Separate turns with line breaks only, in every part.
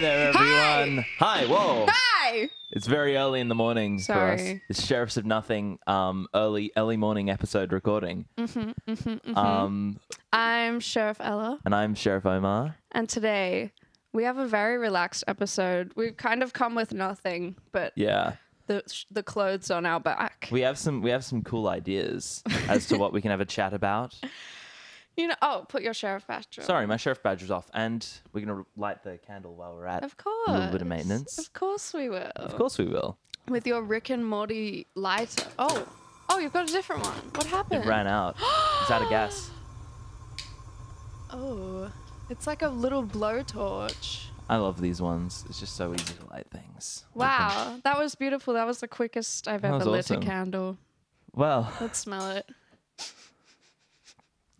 there,
Hi!
everyone. Hi. Whoa.
Hi.
It's very early in the morning for us.
Sorry.
It's Sheriffs of Nothing. Um, early early morning episode recording.
Mhm, mhm, mhm.
Um,
I'm Sheriff Ella,
and I'm Sheriff Omar.
and today we have a very relaxed episode. We've kind of come with nothing but
Yeah.
the the clothes on our back.
We have some we have some cool ideas as to what we can have a chat about.
you know. Oh, put your sheriff badge. on.
Sorry, my sheriff badge was off, and we're gonna light the candle while we're at.
Of course.
A little bit of maintenance.
Of course we will.
Of course we will.
With your Rick and Morty lighter. Oh. Oh, you've got a different one. What happened?
It ran out. it's out of gas.
Oh. It's like a little blowtorch.
I love these ones. It's just so easy to light things.
Wow, that was beautiful. That was the quickest I've ever
was
lit
awesome.
a candle.
Well,
Let's smell it.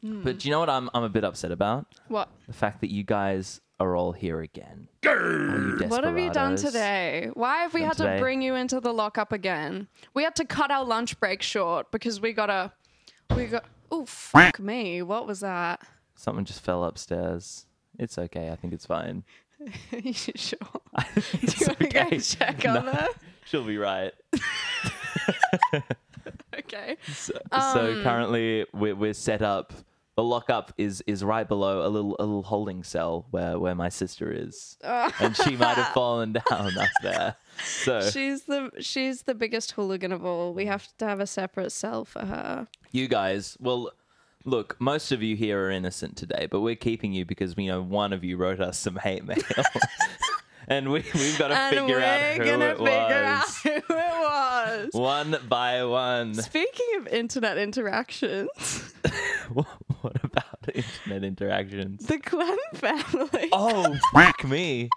Hmm.
but do you know what I'm I'm a bit upset about?
What?
The fact that you guys are all here again. All you
What have you done
desperados.
today? Why have we
Done
had
today?
to bring you into the lockup again? We had to cut our lunch break short because we got a. We got. Oh, fuck me. What was that?
Something just fell upstairs. It's okay. I think it's fine.
you sure?
I think
Do you
it's
want to
okay.
go check on
No,
that?
She'll be right.
Okay.
So,
Um,
so currently we're, we're set up. The lockup is is right below a little a little holding cell where where my sister is,
Oh.
and she might have fallen down up there. So
She's the she's the biggest hooligan of all. We have to have a separate cell for her.
you guys, well, look, most of you here are innocent today, but we're keeping you because we know one of you wrote us some hate mail, and we we've got to
and
figure out
we're
who
gonna
it
figure out
was.
who it was.
One by one.
Speaking of internet interactions,
what about internet interactions?
the Glenn family.
Oh, fuck me.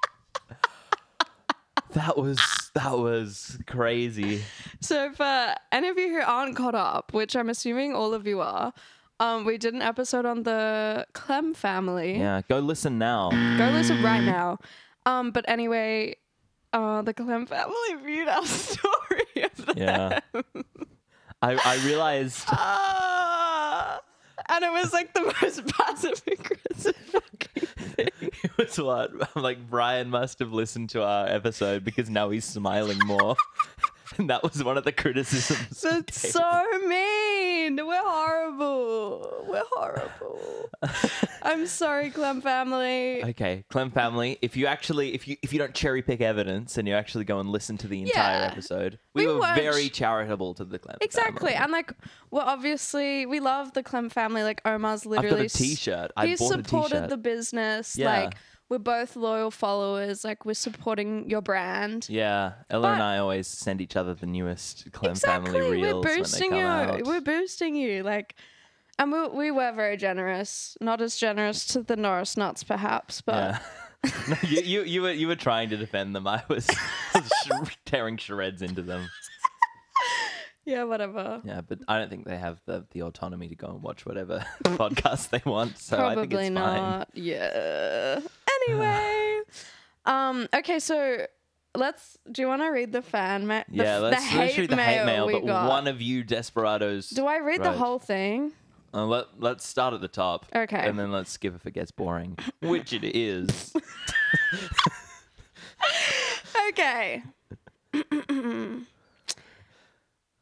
That was that was crazy.
So, for any of you who aren't caught up, which I'm assuming all of you are, um, we did an episode on the Clem family.
Yeah, go listen now.
Go listen right now. Um, but anyway, uh, the Clem family viewed our story of them.
Yeah. I, I realized
Ah. and it was like the most passive aggressive fucking thing.
it was what I'm like Brian must have listened to our episode because now he's smiling more. and that was one of the criticisms. we
That's
gave.
so mean. We're horrible. We're horrible. I'm sorry, Clem family.
okay, Clem family, if you actually if you if you don't cherry pick evidence and you actually go and listen to the entire
Yeah.
episode, we,
We
were
weren't-
very charitable to the Clem
Exactly.
family.
And like, well, obviously, we love the Clem family. Like, Omar's
I've got
literally.
a T-shirt. I
He
bought a
supported
T-shirt.
the business.
Yeah.
Like, we're both loyal followers. Like, we're supporting your brand.
Yeah, Ella
But-
and I always send each other the newest Clem
Exactly.
Family
We're
reels
boosting
when
you.
they come out.
We're boosting you. Like, and we, we were very generous. Not as generous to the Norris Nuts, perhaps, but.
Yeah. No, you, you, you were you were trying to defend them. I was, I was sh- tearing shreds into them.
Yeah, whatever.
Yeah, but I don't think they have the, the autonomy to go and watch whatever podcast they want. So I think
Probably
it's fine.
not. Yeah. Anyway. um, okay, so let's do you wanna read the fan mail?
Yeah,
the,
let's, let's read the hate mail.
we
But
got.
one of you desperados.
do I read the
wrote-
whole thing?
Uh, let, let's start at the top.
Okay.
And then let's skip if it gets boring, which it is.
Okay.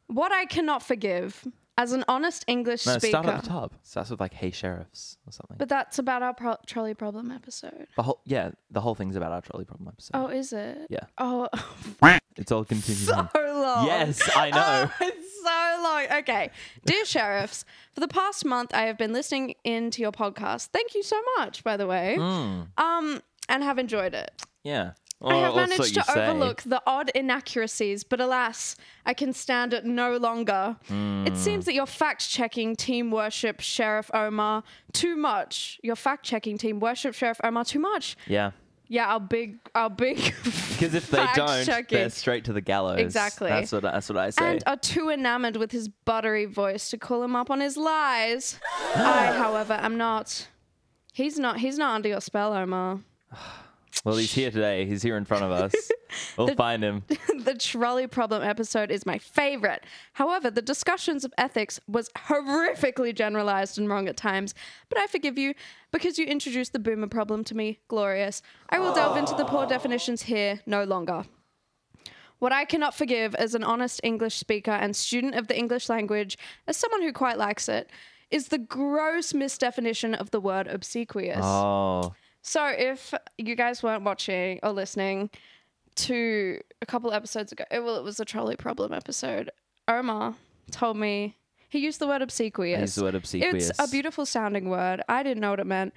what I cannot forgive as an honest English
No,
speaker.
start at the top. Starts with like, hey, sheriffs or something.
But that's about our pro- trolley problem episode.
The whole yeah, the whole thing's about our trolley problem episode.
Oh, is it?
Yeah.
Oh,
It's all continuing.
so long.
yes, I know.
Oh, it's so long. Okay. Dear sheriffs, for the past month, I have been listening in to your podcast. Thank you so much, by the way.
Hmm.
Um, and have enjoyed it.
yeah.
I
Or-
have
or so
managed
you
to
say.
overlook the odd inaccuracies, but alas, I can stand it no longer.
Hmm.
It seems that your fact checking team worship Sheriff Omar too much. Your fact checking team worship Sheriff Omar too much.
Yeah.
Yeah, our big, our big.
Because if they
Fact
don't,
checking.
they're straight to the gallows.
Exactly.
That's what that's what I say.
and are too enamored with his buttery voice to call him up on his lies. I, however, am not. He's not. He's not under your spell, Omar.
Well, he's here today. He's here in front of us. We'll find him.
the trolley problem episode is my favorite. However, the discussions of ethics was horrifically generalized and wrong at times, but I forgive you because you introduced the boomer problem to me. Glorious. I will delve into the poor definitions here no longer. What I cannot forgive as an honest English speaker and student of the English language, as someone who quite likes it, is the gross misdefinition of the word obsequious.
Oh,
So if you guys weren't watching or listening to a couple episodes ago, eh, well, it was a trolley problem episode. Omar told me he used the word obsequious.
he's the word obsequious.
It's a beautiful sounding word. I didn't know what it meant,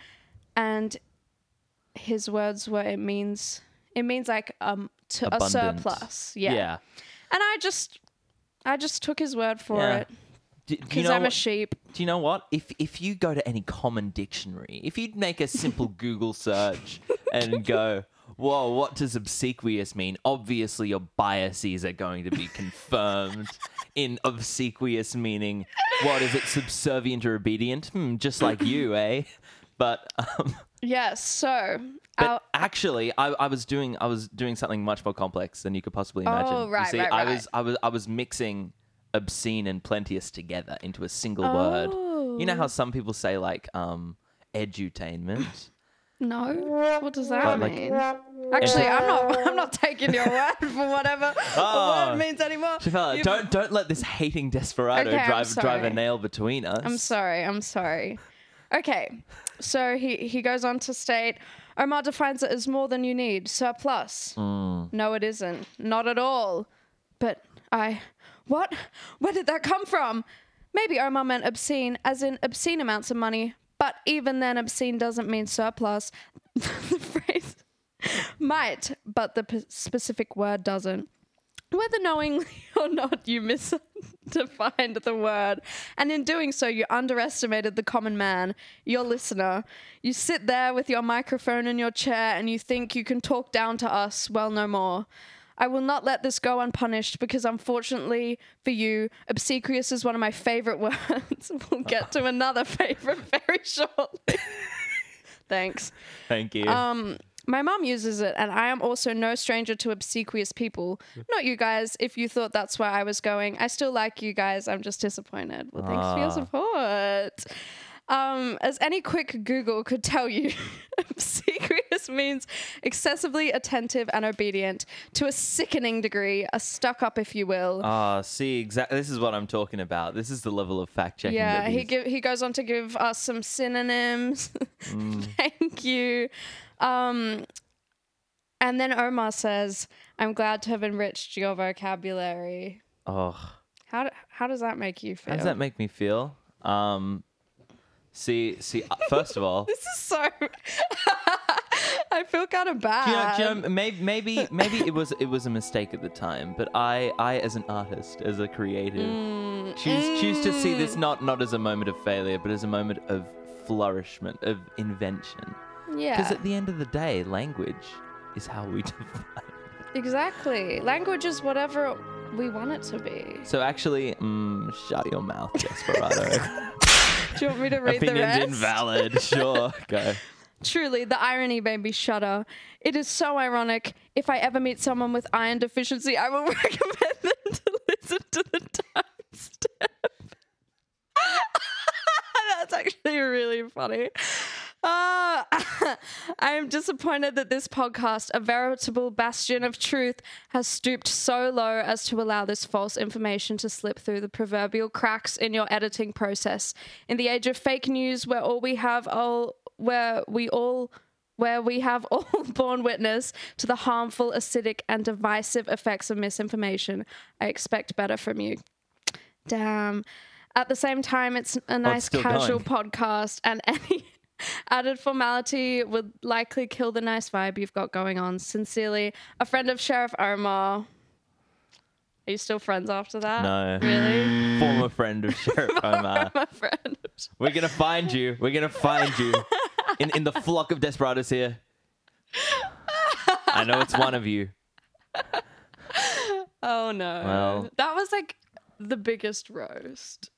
and his words were it means it means like um to
Abundant.
a surplus. Yeah.
yeah.
And I just I just took his word for
Yeah.
it
Do, do you
because
know
I'm a
what-
sheep.
do you know what? If if you go to any common dictionary, if you'd make a simple Google search and go, "Whoa, what does obsequious mean?" Obviously, your biases are going to be confirmed in obsequious meaning. What is it? Subservient or obedient? Hmm, just like you, eh? But um,
Yes. So
but
our-
actually, I, I was doing I was doing something much more complex than you could possibly imagine.
Oh,
You
right,
see,
right,
I
right.
was I was I was mixing obscene and plenteous together into a single word.
Oh.
You know how some people say like um edutainment?
no. What does that
But, like-
mean? Actually, I'm not. I'm not taking your word for whatever
Oh.
the word means anymore.
Fella,
You've-
don't don't let this hating desperado
Okay, I'm
drive drive a
sorry.
nail between us.
I'm sorry. I'm sorry. Okay. So he, he goes on to state Omar defines it as more than you need, surplus. No, it isn't. Not at all. But I. What? Where did that come from? Maybe Omar meant obscene, as in obscene amounts of money, but even then, obscene doesn't mean surplus. the phrase might, but the p- specific word doesn't. Whether knowingly or not, you misdefined the word, and in doing so, you underestimated the common man, your listener. You sit there with your microphone in your chair and you think you can talk down to us, well, no more. I will not let this go unpunished because, unfortunately for you, obsequious is one of my favorite words. we'll get to another favorite very shortly. Thanks.
Thank you.
Um, my mom uses it, and I am also no stranger to obsequious people. Not you guys. If you thought that's where I was going, I still like you guys. I'm just disappointed. Well, thanks for your support. Um, as any quick Google could tell you, obsequious means excessively attentive and obedient to a sickening degree, a stuck up, if you will.
Ah, see exactly this is what I'm talking about. This is the level of fact checking.
Yeah,
that
he
these-
give, he goes on to give us some synonyms.
Mm.
Thank you. Um, and then Omar says, "I'm glad to have enriched your vocabulary."
Oh.
How do, how does that make you feel?
How does that make me feel? Um, see, see. uh, First of all,
this is so. I feel kind of
do you know,
bad.
do you know, maybe, maybe, maybe it was it was a mistake at the time. But I, I as an artist, as a creative,
Mm,
choose choose to see this not not as a moment of failure, but as a moment of flourishment, of invention. Because
yeah,
at the end of the day, language is how we define.
exactly. Language is whatever we want it to be.
So actually, mm, shut your mouth, Desperado.
Do you want me to read the
Opinion's
rest?
invalid. Sure, go.
Truly, the irony made me shudder. It is so ironic. If I ever meet someone with iron deficiency, I will recommend them to listen to the timestamp. That's actually really funny. Uh, I am disappointed that this podcast, a veritable bastion of truth, has stooped so low as to allow this false information to slip through the proverbial cracks in your editing process. In the age of fake news, where all we have all where we all where we have all borne witness to the harmful, acidic, and divisive effects of misinformation, I expect better from you. Damn. At the same time, it's a nice
still
casual podcast, and any added formality would likely kill the nice vibe you've got going on. Sincerely, a friend of Sheriff Omar. Are you still friends after that?
No.
Really?
Former friend of Sheriff Omar.
My friend.
We're gonna find you. We're gonna find you. In in the flock of desperados here. I know it's one of you.
Oh no.
Well.
that was like the biggest roast.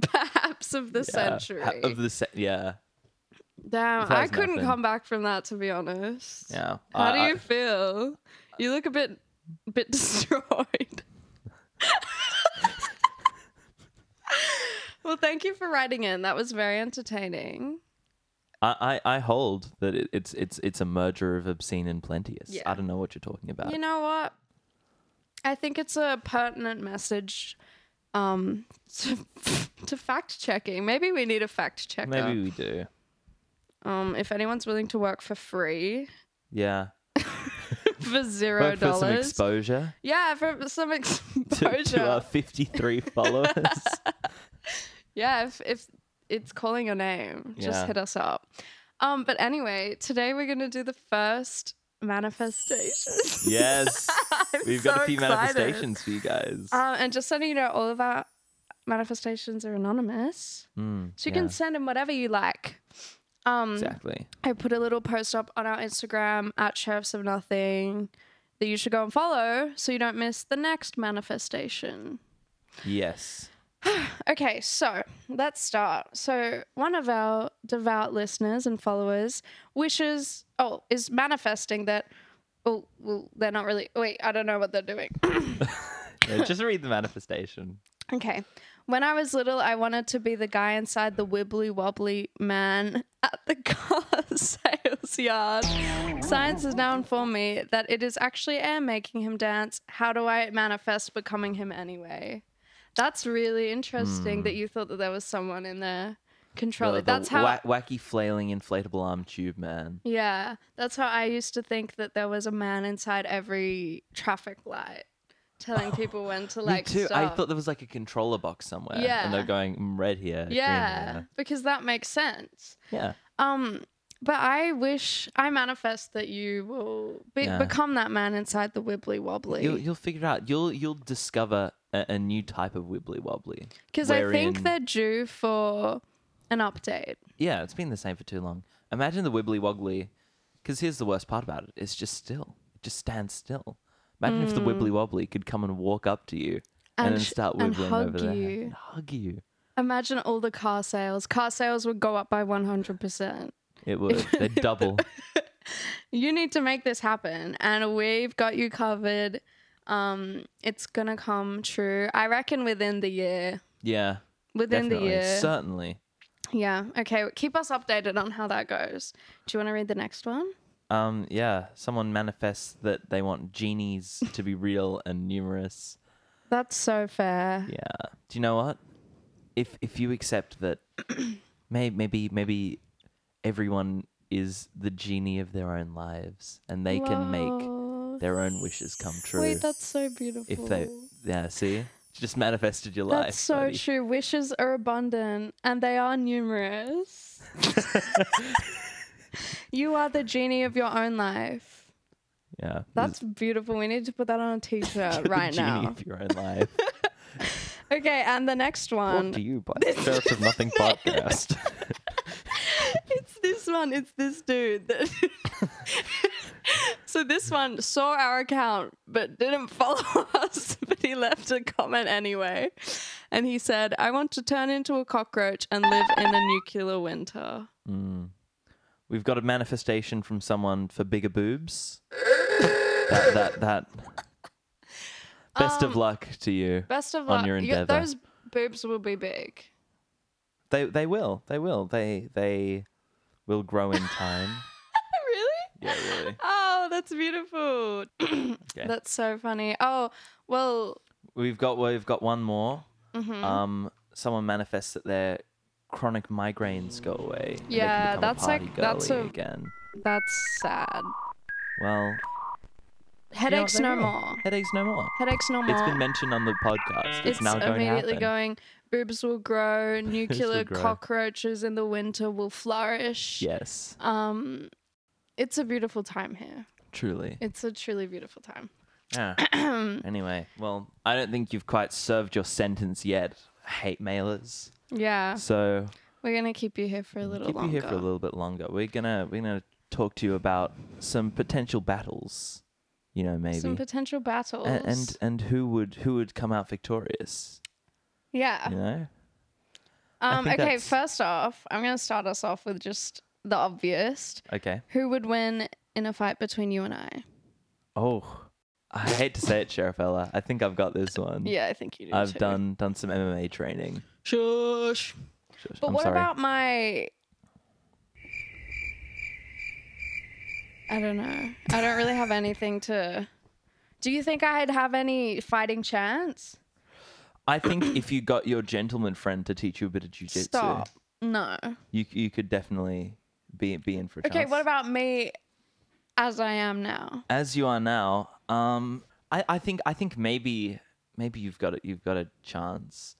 Perhaps of the
Uh,
century.
ha- of the se- yeah.
Damn,
That
I
was
couldn't
nothing.
come back from that to be honest.
Yeah. I-
How do
Uh, I-
you feel? You look a bit, bit destroyed. well, thank you for writing in. That was very entertaining.
I, I, I hold that it, it's it's it's a merger of obscene and plenteous.
Yeah.
I don't know what you're talking about.
You know what? I think it's a pertinent message um, to, to fact checking. Maybe we need a fact checker.
Maybe we do.
Um, if anyone's willing to work for free
Yeah.
for zero
But for some
dollars,
exposure
yeah, for some
to,
exposure.
to our 53 followers.
Yeah, if, if it's calling your name, just
Yeah.
hit us up. Um, but anyway, today we're gonna do the first manifestation.
yes.
I'm
We've got
so
a few
excited.
manifestations for you guys.
Um, and just so you know, all of our manifestations are anonymous,
Mm,
so you
yeah,
can send them whatever you like. Um,
Exactly.
I put a little post up on our Instagram at Sheriffs of Nothing that you should go and follow so you don't miss the next manifestation.
Yes.
Okay, so let's start. So one of our devout listeners and followers wishes, oh, is manifesting that. Well, well, they're not really. Wait, I don't know what they're doing.
Yeah, just read the manifestation.
okay. When I was little, I wanted to be the guy inside the wibbly wobbly man at the car sales yard. Science has now informed me that it is actually air making him dance. How do I manifest becoming him anyway? That's really interesting that you thought that there was someone in there
Hmm. The-
controlling.
the
that's how.
wa- wacky flailing inflatable arm tube man.
yeah, that's how I used to think that there was a man inside every traffic light, telling people when to like
Me too.
stop.
I thought there was like a controller box somewhere. And they're
Yeah.
going mm, red here. green
yeah,
here."
because that makes sense.
Yeah.
Um, but I wish I manifest that you will be-
Yeah.
become that man inside the wibbly
You'll,
wobbly.
you'll figure it out. You'll you'll discover a, a new type of wibbly wobbly.
Because I think
wherein-
they're due for an update.
Yeah, it's been the same for too long. Imagine the wibbly wobbly, because here's the worst part about it: it's just still. It just stands still. Imagine if the wibbly wobbly could come and walk up to you and,
Mm. And
then
sh-
start
and
wibbling
hug
over there
you.
and hug you.
Imagine all the car sales. Car sales would go up by 100%.
It would. They'd double.
You need to make this happen, and we've got you covered. Um, it's gonna come true. I reckon within the year.
Yeah,
Within
definitely,
the year.
certainly.
yeah. Okay. Keep us updated on how that goes. Do you want to read the next one?
Um, yeah, someone manifests that they want genies to be real and numerous.
That's so fair.
Yeah. Do you know what? If if you accept that may, maybe maybe everyone is the genie of their own lives and they can make
Wow.
their own wishes come true.
Wait, that's so beautiful.
if they Yeah, see? Just manifested your life.
That's so
buddy.
true. Wishes are abundant and they are numerous. you are the genie of your own life.
Mm. yeah.
That's beautiful. We need to put that on a t-shirt
the
right
genie
now.
of your own life.
Okay, and the next
Brought to
one.
you by the Sheriff of Nothing podcast.
It's this one. It's this dude. that- so this one saw our account but didn't follow us, but he left a comment anyway. And he said, "I want to turn into a cockroach and live in a nuclear winter."
We've got a manifestation from someone for bigger boobs. that that that. Best
Um,
of luck to you.
Best of
On
luck.
your
You-
endeavor.
Those boobs will be big.
They they will. They will. They they will grow in time.
really?
yeah, really.
Oh, that's beautiful. That's so funny. Oh, well,
We've got we've got one more.
Mm-hmm.
Um, someone manifests that their chronic migraines go away. and they can
Yeah,
become a
that's
party
like- that's
girly
a-
again.
that's sad.
Well, you know what?
Headaches
They
no
will.
more.
Headaches no more.
Headaches no more.
It's been mentioned on the podcast. It's,
It's
now going to
immediately
happen.
going. Boobs will grow. Nuclear
grow.
cockroaches in the winter will flourish.
yes,
Um, it's a beautiful time here.
truly.
It's a truly beautiful time.
Yeah. anyway, well, I don't think you've quite served your sentence yet, hate mailers.
Yeah,
So
we're gonna keep you here for a little
keep
longer.
you here for a little bit longer. We're gonna we're gonna talk to you about some potential battles, you know, maybe,
Some potential battles.
A- and, and who would who would come out victorious,
yeah.
you know?
Um,
think
okay,
that's-
first off, I'm going to start us off with just the obvious.
Okay.
Who would win in a fight between you and I?
Oh, I hate to say it, Sheriff Ella. I think I've got this one.
Yeah, I think you do.
Mm. I've
too.
done done some MMA training.
Shush.
Shush,
But
I'm
what
sorry.
about my? I don't know. I don't really have anything to. Do you think I'd have any fighting chance?
I think if you got your gentleman friend to teach you a bit of jujitsu,
Stop. No.
you you could definitely be be in for a
Okay,
chance.
what about me as I am now?
as you are now? Um, I, I think I think maybe maybe you've got it. You've got a chance.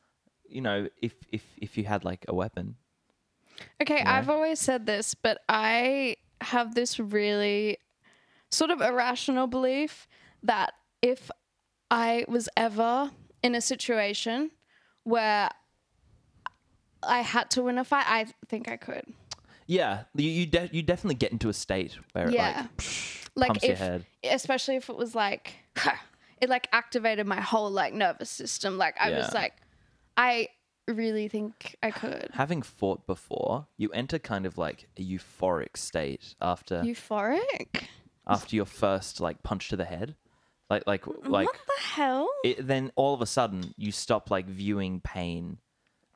You know, if if if you had like a weapon,
Okay, I've always said this, but I have this really sort of irrational belief that if I was ever in a situation where I had to win a fight, I think I could.
yeah, you you, de- you definitely get into a state where it
Yeah.
like psh,
Like
pumps
if
your head.
especially if it was like it like activated my whole like nervous system. Like I was
Yeah.
like I really think I could.
Having fought before, you enter kind of like a euphoric state after
Euphoric?
after your first like punch to the head, like like like
what the hell?
it, then all of a sudden you stop like viewing pain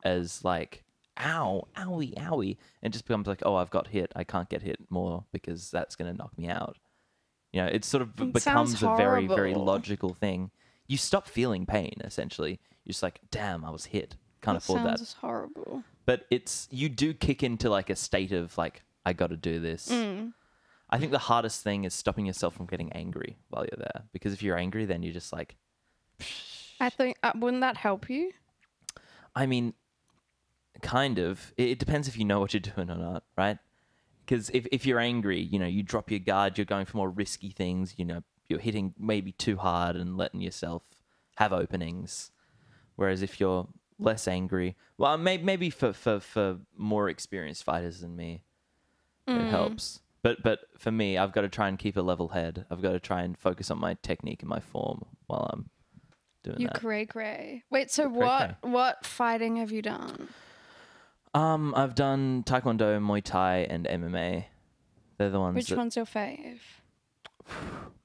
as like ow owie owie and it just becomes like oh i've got hit i can't get hit more because that's going to knock me out you know it sort of b-
It sounds
becomes a very very
horrible.
logical thing you stop feeling pain essentially you're just like damn i was hit can't afford that
sounds horrible.
but it's you do kick into like a state of like i got to do this
Mm.
i think the hardest thing is stopping yourself from getting angry while you're there because if you're angry then you're just like
I think uh, wouldn't that help you?
I mean, kind of. It, it depends if you know what you're doing or not, right? Because if, if you're angry, you know, you drop your guard, you're going for more risky things, you know, you're hitting maybe too hard and letting yourself have openings. Whereas if you're less angry, well, may, maybe for, for, for more experienced fighters than me, it helps. But, but for me, I've got to try and keep a level head. I've got to try and focus on my technique and my form while I'm doing
You
that.
grey grey. Wait, so
cray
what what fighting have you done?
Um, I've done Taekwondo, Muay Thai, and MMA. They're the ones
Which
that
one's your fave?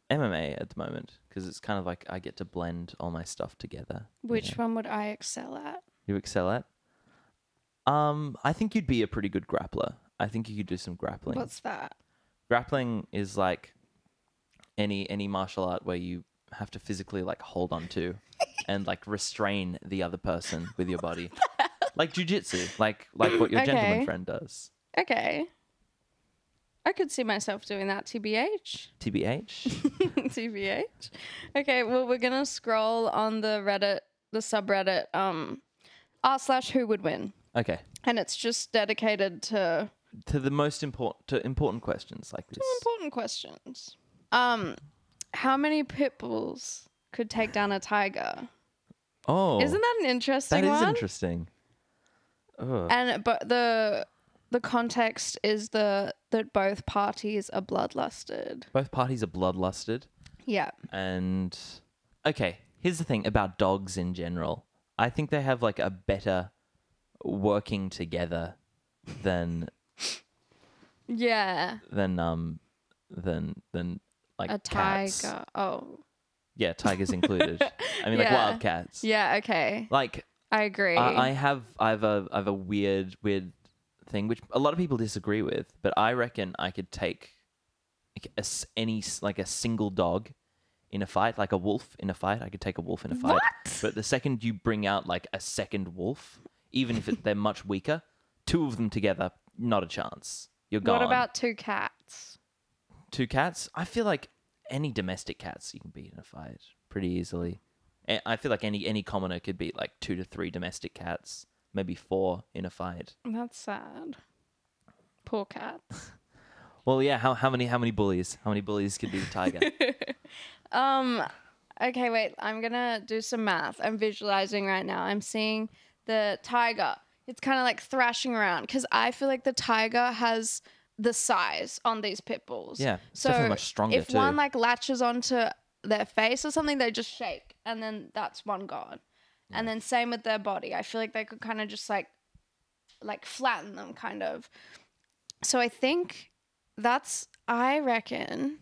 MMA at the moment because it's kind of like I get to blend all my stuff together.
Which one would I excel at?
You excel at? Um, I think you'd be a pretty good grappler. I think you could do some grappling.
What's that?
Grappling is like any any martial art where you have to physically like hold on to and like restrain the other person with your body. like jujitsu, like like what your
Okay.
gentleman friend does.
Okay. I could see myself doing that, TBH.
TBH.
TBH. Okay, well, we're going to scroll on the Reddit, the subreddit, um, r slash who would win.
Okay.
And it's just dedicated to
to the most important to important questions like this.
important questions. Um, how many pit bulls could take down a tiger?
Oh,
Isn't that an interesting
that is
one?
interesting. Ugh.
and but the the context is the that both parties are bloodlusted.
Both parties are bloodlusted,
Yeah.
and okay. Here's the thing about dogs in general. I think they have like a better working together than
Yeah.
than um than than like
A
cats.
tiger. Oh.
Yeah, tigers included. I mean, like
Yeah.
wild cats.
Yeah, okay.
Like
I agree.
I, I have I've a I've a weird weird thing which a lot of people disagree with, but I reckon I could take like, a s any s- like a single dog in a fight, like a wolf in a fight. I could take a wolf in a fight.
What?
But the second you bring out like a second wolf, even if it, they're much weaker, two of them together, not a chance. You're gone.
what about two cats?
two cats? I feel like any domestic cats you can beat in a fight pretty easily. A- I feel like any any commoner could beat like two to three domestic cats, maybe four in a fight.
That's sad. Poor cats.
Well, yeah. How, how many how many bullies? How many bullies could be the tiger?
Um okay, wait. I'm going to do some math. I'm visualizing right now. I'm seeing the tiger. It's kind of like thrashing around cuz I feel like the tiger has the size on these pit bulls.
Yeah, it's
So
definitely much stronger
if
too.
one like latches onto their face or something, they just shake and then that's one gone. And then same with their body. I feel like they could kind of just like like flatten them kind of. So I think that's I reckon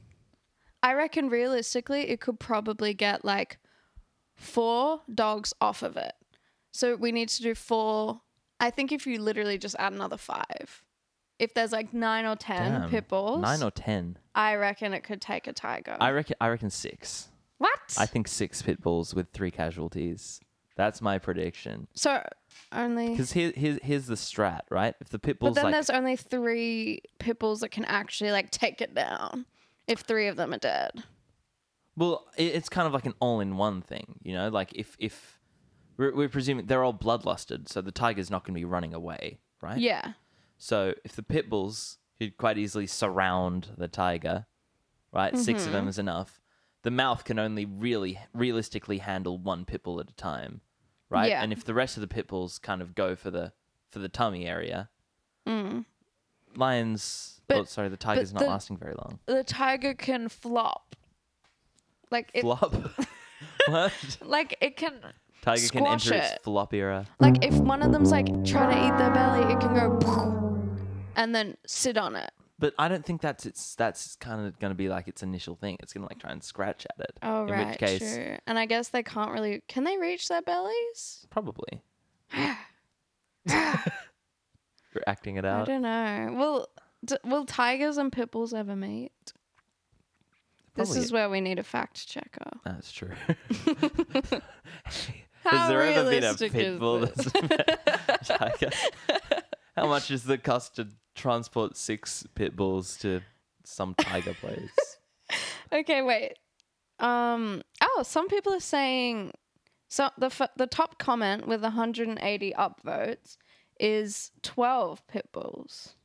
I reckon realistically it could probably get like four dogs off of it. So we need to do four. I think if you literally just add another five, if there's like nine or ten
Damn.
pit bulls, Oh.
Nine or ten.
I reckon it could take a tiger.
I reckon. I reckon six.
what?
I think six pit bulls with three casualties. That's my prediction.
so only.
Because here, here, here's the strat, right? If the pit
But
bulls
then
like
there's only three pit bulls that can actually like take it down. If three of them are dead,
Well, i- it's kind of like an all-in-one thing, you know. Like if if we're, we're presuming they're all bloodlusted, so the tiger's not going to be running away, right?
yeah,
So if the pit bulls could quite easily surround the tiger, right? Six of them
Mm-hmm.
is enough. The mouth can only really realistically handle one pit bull at a time, right?
Yeah.
And if the rest of the pit bulls kind of go for the for the tummy area, lions. oh,
Mm. But-
sorry, the tiger's not
the-
lasting very long.
the tiger can flop. Like it,
Flop. what?
like it can,
Tiger can enter
Squash it.
its flop era.
like if one of them's like trying to eat their belly, it can go and then sit on it.
But I don't think that's it's that's kind of going to be like its initial thing. It's going to like try and scratch at it.
Oh
in
right,
which case,
true. And I guess they can't really. Can they reach their bellies?
probably. You're acting it
I
out.
don't know. Will d- Will tigers and pit bulls ever meet? This
Probably-
is where we need a fact checker.
That's true.
How
Has there ever been a
realistic is
pit bull
this?
that's met tiger? How much is the cost to transport six pit bulls to some tiger place?
Okay, wait. Um. Oh, some people are saying so. The f- the top comment with 180 upvotes is 12 pit bulls,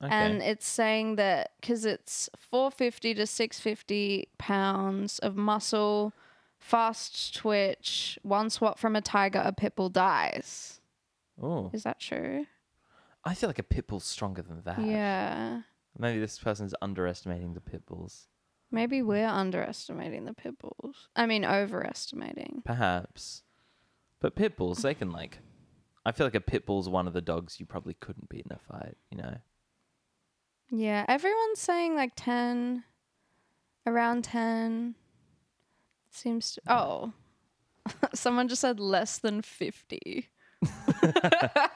Okay.
and it's saying that because it's 450 to 650 pounds of muscle, fast twitch, one swat from a tiger, a pit bull dies.
oh,
Is that true?
I feel like a pit bull's stronger than that.
Yeah.
Maybe this person's underestimating the pit bulls.
Maybe we're underestimating the pit bulls. I mean, overestimating.
Perhaps. But pit bulls, they can like. I feel like a pit bull's one of the dogs you probably couldn't beat in a fight, you know?
Yeah, everyone's saying like 10, around 10. Seems to. Oh. Someone just said less than 50.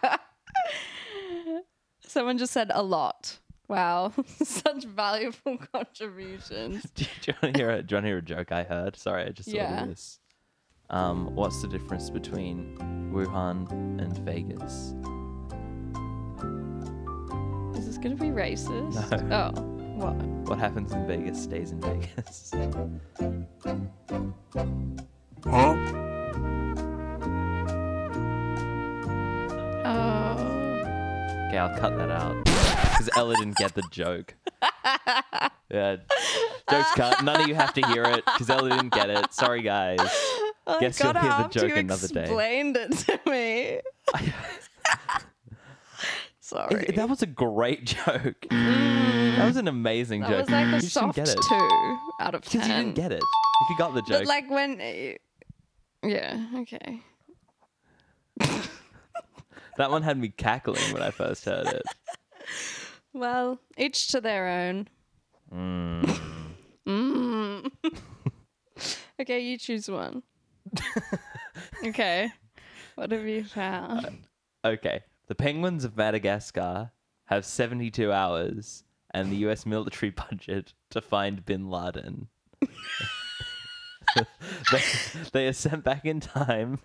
Someone just said a lot. Wow. Such valuable contributions.
do, you, do, you want to hear a, do you want to hear a joke I heard? Sorry, I just
Yeah.
saw this. Um, what's the difference between Wuhan and Vegas?
Is this going to be racist? Oh. What?
What happens in Vegas stays in Vegas.
Oh.
Okay, I'll cut that out. Because Ella didn't get the joke. Yeah. Joke's cut. None of you have to hear it because Ella didn't get it. Sorry, guys.
I
Guess you'll
gotta
hear the
have
joke
to
another day.
explained it to me. Sorry.
It- that was a great joke. That was an amazing
That
joke.
was like a
you just didn't
soft
get it.
two out of ten.
Because you didn't get it. If you got the
but
joke,
like when, it- yeah, okay.
that one had me cackling when I first heard it.
Well, each to their own. Mm. okay, you choose one. okay, what have you
Uh,
found?
Okay. The penguins of Madagascar have 72 hours and the US military budget to find bin Laden. they, they are sent back in time.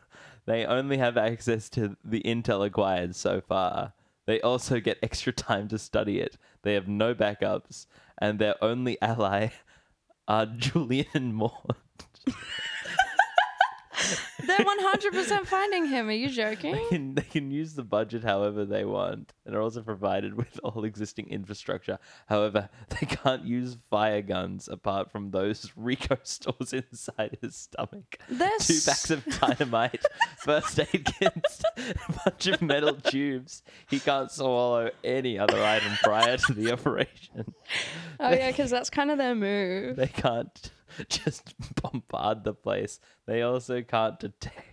They only have access to the intel acquired so far. They also get extra time to study it. They have no backups, and their only ally are Julian Moore.
They're one hundred percent finding him. Are you joking?
can, they can use the budget however they want and are also provided with all existing infrastructure. However, they can't use fire guns apart from those Rico stores inside his stomach.
This-
Two packs of dynamite, first aid kits, a bunch of metal tubes. He can't swallow any other item prior to the operation.
Oh yeah, because that's kind of their move.
They can't just bombard the place. They also can't detect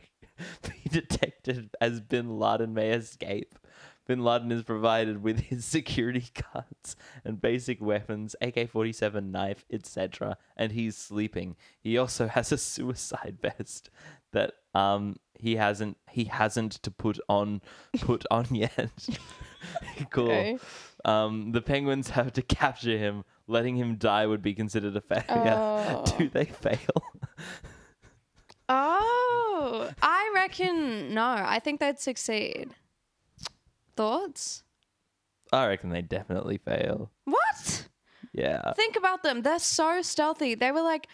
be detected as Bin Laden may escape Bin Laden is provided with his security guards and basic weapons, AK-47 knife, etc., and he's sleeping. He also has a suicide vest that um he hasn't he hasn't to put on put on yet. cool.
Okay.
Um, the penguins have to capture him. Letting him die would be considered a failure. Do they fail?
Oh, I reckon no. I think they'd succeed. Thoughts?
I reckon they definitely fail.
What?
Yeah.
Think about them. They're so stealthy. They were like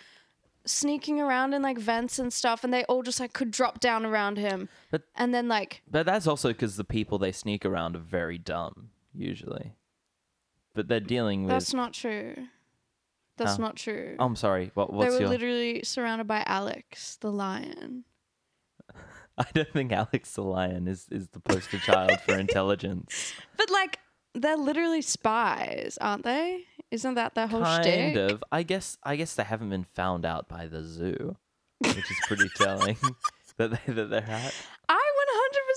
sneaking around in like vents and stuff, and they all just like could drop down around him.
But-
and then like
But that's also because the people they sneak around are very dumb, usually. But they're dealing with.
that's not true. That's
Huh?
not true.
Oh, I'm sorry. What,
they
what's
were
your?
literally surrounded by Alex the lion.
I don't think Alex the lion is is the poster child for intelligence.
But like they're literally spies, aren't they? Isn't that their whole Oh, shtick?
kind of. I guess. I guess they haven't been found out by the zoo, which is pretty telling that they that they're at.
I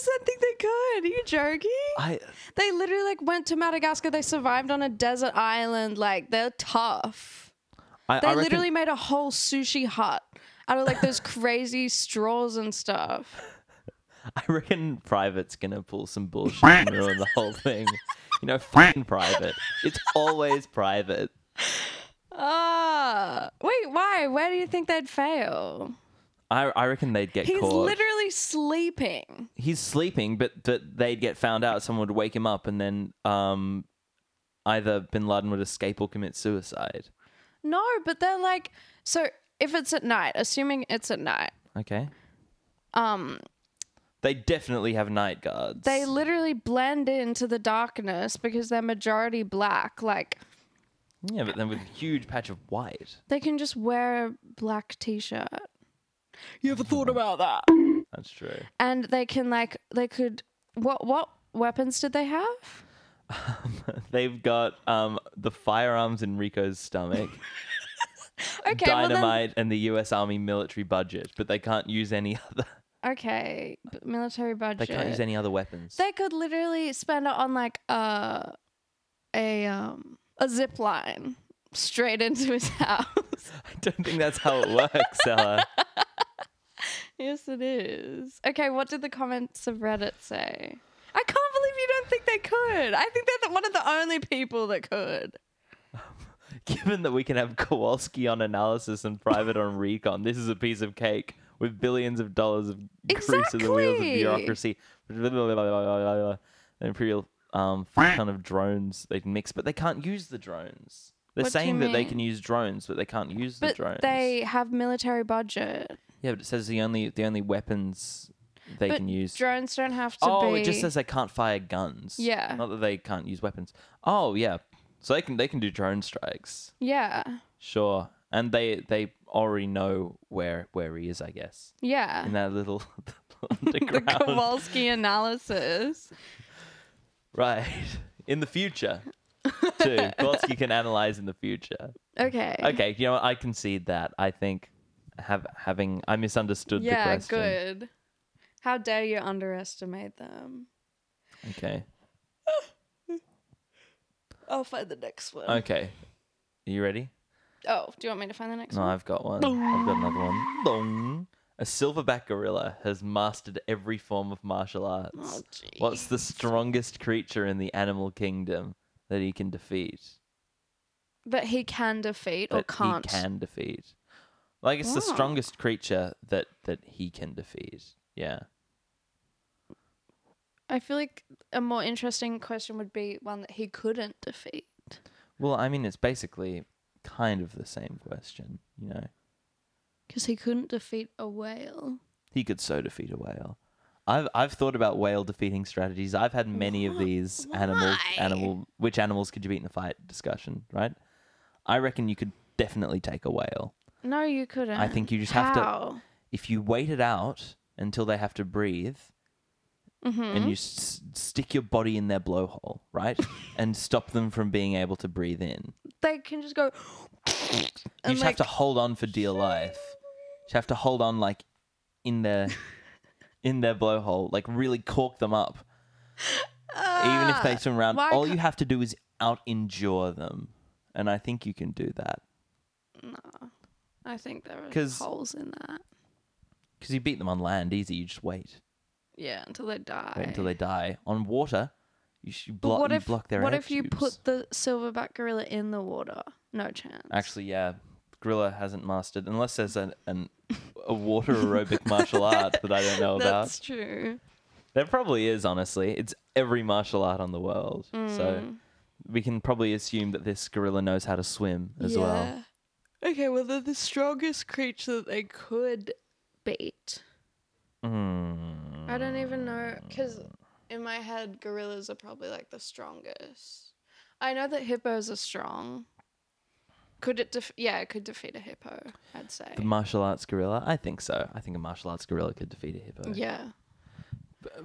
100% think they could. Are you joking?
I
They literally like went to Madagascar. They survived on a desert island. Like they're tough.
I,
They
I reckon,
literally made a whole sushi hut out of like those crazy straws and stuff.
I reckon private's gonna pull some bullshit and ruin the whole thing. You know, fucking private. It's always private.
Ah, wait, why? Where do you think they'd fail?
I, I reckon they'd get
He's
caught.
literally sleeping.
He's sleeping, but but they'd get found out. Someone would wake him up, and then um, either Bin Laden would escape or commit suicide.
No, but they're like so. If it's at night, assuming it's at night,
Okay.
um,
They definitely have night guards.
they literally blend into the darkness because they're majority black. Like
yeah, but then with a huge patch of white.
They can just wear a black t shirt. You ever thought about that?
That's true.
And they can like they could what what weapons did they have?
They've got um, the firearms in Rico's stomach.
Okay, well
dynamite and the US Army military budget, but they can't use any other.
then okay, b- military
They
budget.
can't use any other weapons.
They could literally spend it on like a a um a zip line straight into his house.
I don't think that's how it works, Ella.
yes, it is. Okay, what did the comments of Reddit say? I can't believe you don't think they could. I think they're the, one of the only people that could.
Given that we can have Kowalski on analysis and private on recon, this is a piece of cake with billions of dollars of grease in the wheels of
Exactly.
bureaucracy. An imperial um, fuck ton of drones they can mix, but they can't use the drones. They're
What do you
saying that they
mean?
can use drones, but they can't use the
But
drones.
they have military budget.
Yeah, but it says the only the only weapons they
but
can use.
drones don't have to
oh,
be.
it just says they can't fire guns.
Yeah.
Not that they can't use weapons. Oh yeah. So they can they can do drone strikes.
yeah,
Sure. And they they already know where where he is, I guess.
yeah.
In that little
The
underground.
Kowalski analysis.
right. In the future. Too. Kowalski can analyze in the future.
Okay.
Okay, you know what? I concede that. I think have having I misunderstood
Yeah,
the question.
good. How dare you underestimate them?
Okay.
I'll find the next one.
Okay. Are you ready?
Oh, do you want me to find the next
No,
one?
I've got one. I've got another one. Dong. A silverback gorilla has mastered every form of martial arts.
Oh,
What's the strongest creature in the animal kingdom that he can defeat?
But he can defeat or
That
can't. Oh.
he can defeat? Like it's the
Wow.
strongest creature that that he can defeat. Yeah.
I feel like a more interesting question would be one that he couldn't defeat.
Well, I mean, it's basically kind of the same question. You know,
Because he couldn't defeat a whale.
he could so defeat a whale. I've I've thought about whale defeating strategies. I've had many of
Wha-
these animal
why?
animal which animals could you beat in a fight discussion, right? I reckon you could definitely take a whale.
No, you couldn't.
think you just have to-
How?
If you wait it out until they have to breathe
Mhm.
and you s- stick your body in their blowhole, right? and stop them from being able to breathe in.
they can just go.
You
and,
just
like,
have to hold on for dear life. You have to hold on like in their in their blowhole, like really cork them up. Even if they turn around,
Ah, Why
all
ca-
you have to do is out endure them, and I think you can do that
I think there are
'Cause-
holes in that.
because you beat them on land easy. You just wait,
Yeah, until they die.
wait until they die. On water, you should block.
what
you
if
block their
what
air
if you
tubes.
put the silverback gorilla in the water? No chance.
Actually, yeah, gorilla hasn't mastered unless there's an, an a water aerobic martial art that I don't know about.
that's true.
There probably is, honestly. It's every martial art on the world. So we can probably assume that this gorilla knows how to swim as well.
Okay, well they're the strongest creature that they could beat.
Mm.
I don't even know because in my head gorillas are probably like the strongest. I know that hippos are strong. Could it? Def- yeah, it could defeat a hippo. I'd say.
The martial arts gorilla? I think so. I think a martial arts gorilla could defeat a hippo.
Yeah.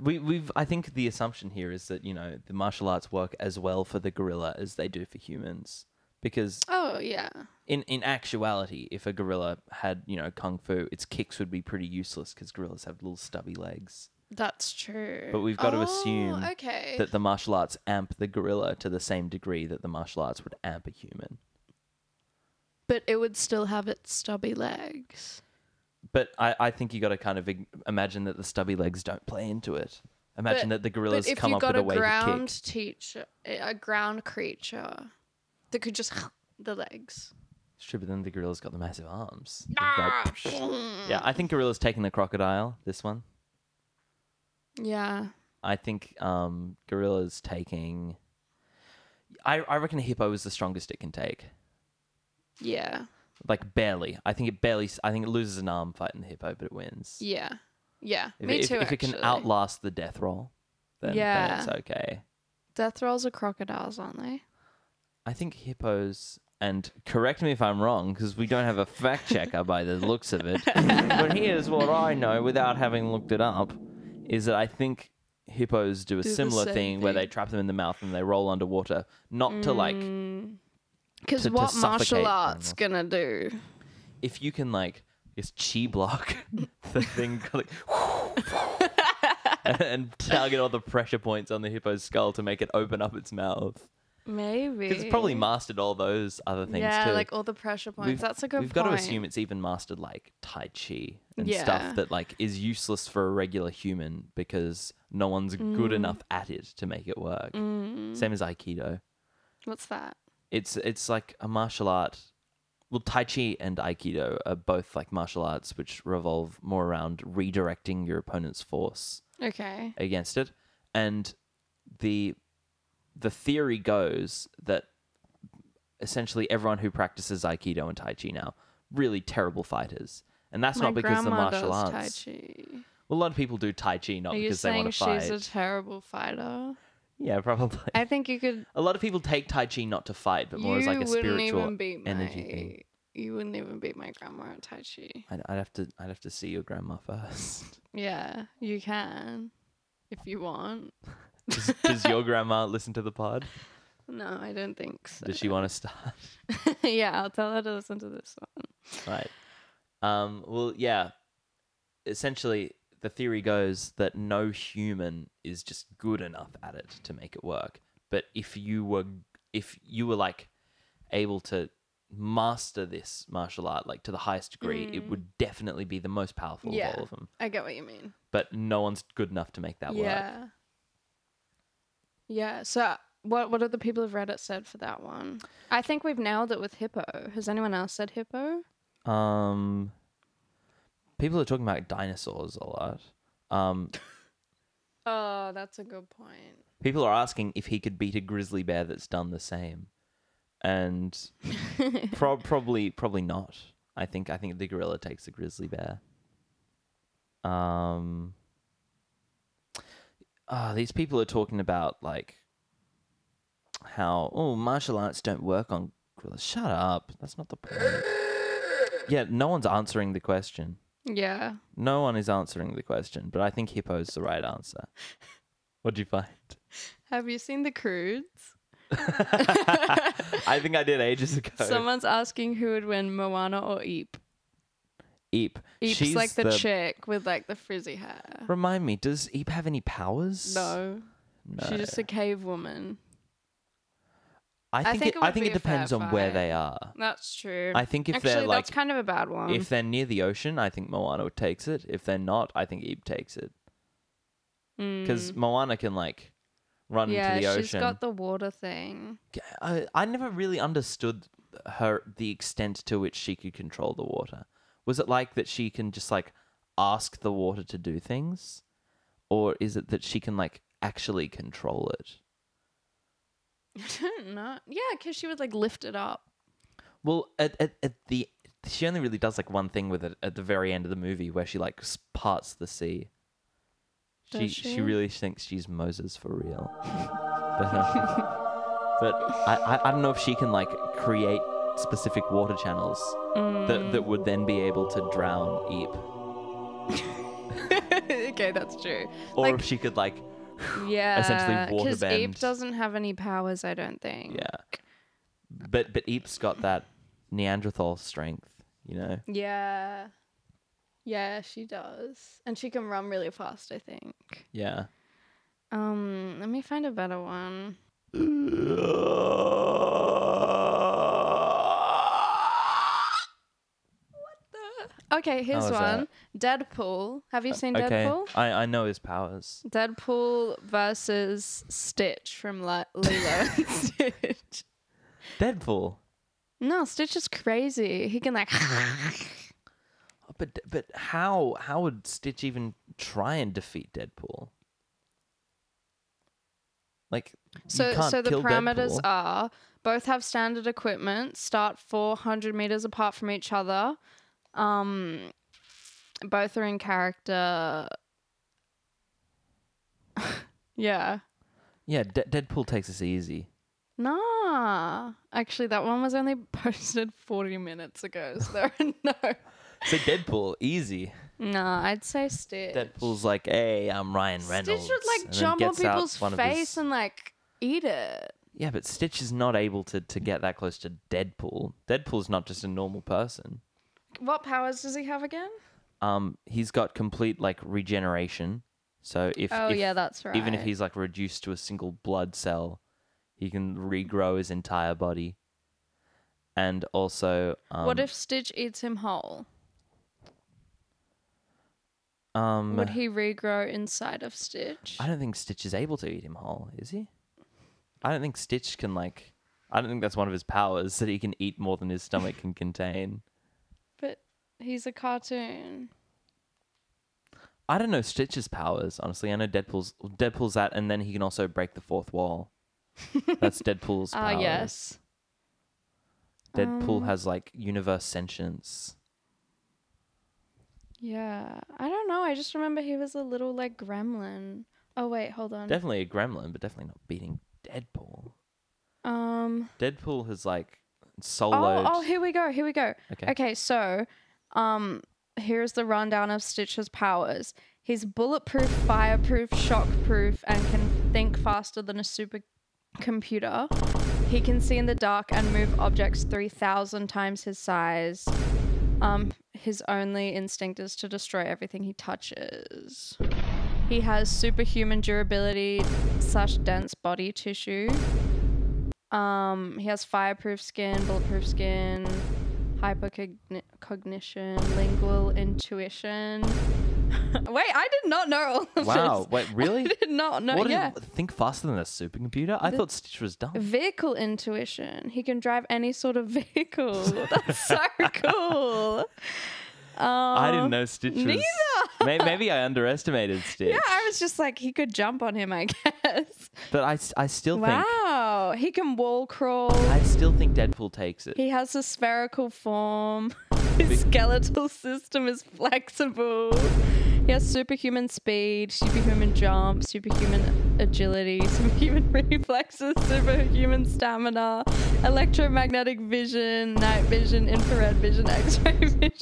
We, we've. I think the assumption here is that you know the martial arts work as well for the gorilla as they do for humans, because
Oh yeah.
in in actuality, if a gorilla had you know kung fu, its kicks would be pretty useless because gorillas have little stubby legs.
That's true.
But we've got to
Oh,
assume
okay.
That the martial arts amp the gorilla to the same degree that the martial arts would amp a human.
but it would still have its stubby legs.
But I, I think you got to kind of ig- imagine that the stubby legs don't play into it. Imagine
But-
that the gorillas
but if
come
you
up
got
with a,
a
way
ground
to kick.
teacher, a ground creature that could just the legs.
It's true, but then the gorilla's got the massive arms. They've
Ah,
got- yeah, I think gorilla's taking the crocodile. This one,
Yeah.
I think um, gorilla's taking. I I reckon a hippo is the strongest it can take.
Yeah.
Like barely. I think it barely. I think it loses an arm fighting the hippo, but it wins.
Yeah. Yeah.
If,
Me
it- if-
too.
If it can
actually.
outlast the death roll, then, then
Yeah.
it's okay.
Death rolls are crocodiles, aren't they?
I think hippos, and correct me if I'm wrong, because we don't have a fact checker by the looks of it. but here's what I know without having looked it up is that I think hippos do a
Do the
similar
same
thing, where they
thing.
trap them in the mouth and they roll underwater, not to like,
Mm. Because
To- to
what martial
suffocate
arts gonna do?
if you can like, it's chi block the thing, like, and target all the pressure points on the hippo's skull to make it open up its mouth.
Maybe.
Because it's probably mastered all those other things
yeah,
too.
like all the pressure points. That's a good
We've
point.
got to assume it's even mastered like Tai Chi and
Yeah.
stuff that like is useless for a regular human because no one's good
Mm.
enough at it to make it work. Same as Aikido.
What's that?
It's it's like a martial art. Well, Tai Chi and Aikido are both like martial arts which revolve more around redirecting your opponent's force
Okay.
against it and the the theory goes that essentially everyone who practices aikido and tai chi now really terrible fighters and that's
My
not because the
grandma
martial
does
arts
Tai Chi.
well, a lot of people do tai chi not
Are you
because they
saying
want to fight
she's a terrible fighter?
yeah probably
I think you could.
a lot of people take tai chi not to fight but more
you
as like a
wouldn't
spiritual
even beat my.
energy thing
You wouldn't even beat my grandma at Tai Chi.
I'd, I'd have to i'd have to see your grandma first
Yeah, you can, if you want.
does, does your grandma listen to the pod
No, I don't think so.
does she want to start
yeah, I'll tell her to listen to this one.
right. Um, well, yeah. Essentially, the theory goes that no human is just good enough at it to make it work. But if you were, if you were like able to master this martial art like to the highest degree, it would definitely be the most powerful
Mm. Yeah.
of all of them.
I get what you mean.
But no one's good enough to make that work.
yeah. Yeah. So what what have the people of Reddit said for that one? I think we've nailed it with hippo. Has anyone else said hippo?
Um, people are talking about dinosaurs a lot. Um,
Oh, that's a good point.
People are asking if he could beat a grizzly bear that's done the same, and prob probably probably not. I think I think the gorilla takes the grizzly bear. Um. ah, these people are talking about like how oh martial arts don't work on gorillas. Shut up, that's not the point. Yeah, no one's answering the question.
Yeah.
No one is answering the question, but I think hippo's the right answer. What do you find?
Have you seen the crudes?
I think I did ages ago.
Someone's asking who would win, Moana or Eep.
Eep.
Eep's
She's
like the, chick with like the frizzy hair.
Remind me, does Eep have any powers?
No.
no.
She's just a cave woman.
I think,
think
it,
it
I
would
think
be
it
a fair
depends on where
fight.
they are.
That's true.
I think if
Actually,
they're like
that's kind of a bad one.
if they're near the ocean, I think Moana takes it. If they're not, I think Eve takes it because Moana can like run
Hmm. yeah,
into the
she's
ocean.
got the water thing.
I, I never really understood her the extent to which she could control the water. Was it like that she can just like ask the water to do things, or is it that she can like actually control it?
I don't know. Yeah, because she would like lift it up.
Well, at, at, at the she only really does like one thing with it at the very end of the movie where she like s- parts the sea.
Does
She,
she?
really thinks she's Moses for real. but um, but I, I I don't know if she can like create specific water channels
Mm.
that that would then be able to drown Eep,
okay, that's true.
or
Like-
if she could like
Yeah,
water
Because Ape
bend.
doesn't have any powers, I don't think.
yeah. But but Eep's got that Neanderthal strength, you know.
Yeah. Yeah, she does, and she can run really fast. I think.
Yeah.
Um, let me find a better one. What the? Okay, here's
was Uh,
one. Deadpool. Have you seen
Okay.
Deadpool?
I I know his powers.
Deadpool versus Stitch from Li- Lilo and Stitch.
Deadpool.
No, Stitch is crazy. He can like.
But but how how would Stitch even try and defeat Deadpool? Like
so
you can't
so the
kill
parameters
Deadpool.
are both have standard equipment. Start four hundred meters apart from each other. Um, both are in character. yeah.
yeah. De- Deadpool takes us easy.
Nah. Actually, that one was only posted forty minutes ago, so there are no.
So Deadpool easy.
No, I'd say Stitch.
Deadpool's like, hey, I'm Ryan Reynolds.
Stitch would like
and then
jump on
gets out
people's
one of
face
his-
and like eat it.
yeah, but Stitch is not able to to get that close to Deadpool. Deadpool's not just a normal person.
What powers does he have again?
Um, he's got complete like regeneration. So if
Oh
if-
yeah, that's right.
even if he's like reduced to a single blood cell, he can regrow his entire body. And also, um,
what if Stitch eats him whole?
um,
Would he regrow inside of Stitch?
I don't think Stitch is able to eat him whole, is he? I don't think Stitch can like. I don't think that's one of his powers that he can eat more than his stomach can contain.
But he's a cartoon.
I don't know Stitch's powers honestly. I know Deadpool's Deadpool's that, and then he can also break the fourth wall. That's Deadpool's
Ah,
powers.
yes.
Deadpool
Um,
has like universe sentience.
Yeah. I don't know. I just remember he was a little like gremlin. Oh wait, hold on.
Definitely a gremlin, but definitely not beating Deadpool.
um.
Deadpool has like
Oh,
soloed.
oh, here we go. Here we go.
okay.
Okay, so um here's the rundown of Stitch's powers. He's bulletproof, fireproof, shockproof, and can think faster than a supercomputer. He can see in the dark and move objects 3,000 times his size. Um, his only instinct is to destroy everything he touches. He has superhuman durability slash dense body tissue. Um, he has fireproof skin, bulletproof skin, hypercognition, lingual intuition. Wait, I did not know all of
Wow.
this.
Wait, really?
I did not know.
what
yeah.
is, think faster than a supercomputer? I thought Stitch was dumb.
Vehicle intuition. He can drive any sort of vehicle. That's so cool. Um,
I didn't know Stitch was. Neither. maybe I underestimated Stitch.
Yeah, I was just like, he could jump on him, I guess.
But I, s- I still think
Wow. He can wall crawl.
I still think Deadpool takes it.
He has a spherical form. His skeletal system is flexible. He has superhuman speed, superhuman jump, superhuman agility, superhuman reflexes, superhuman stamina, electromagnetic vision, night vision, infrared vision, x ray vision. I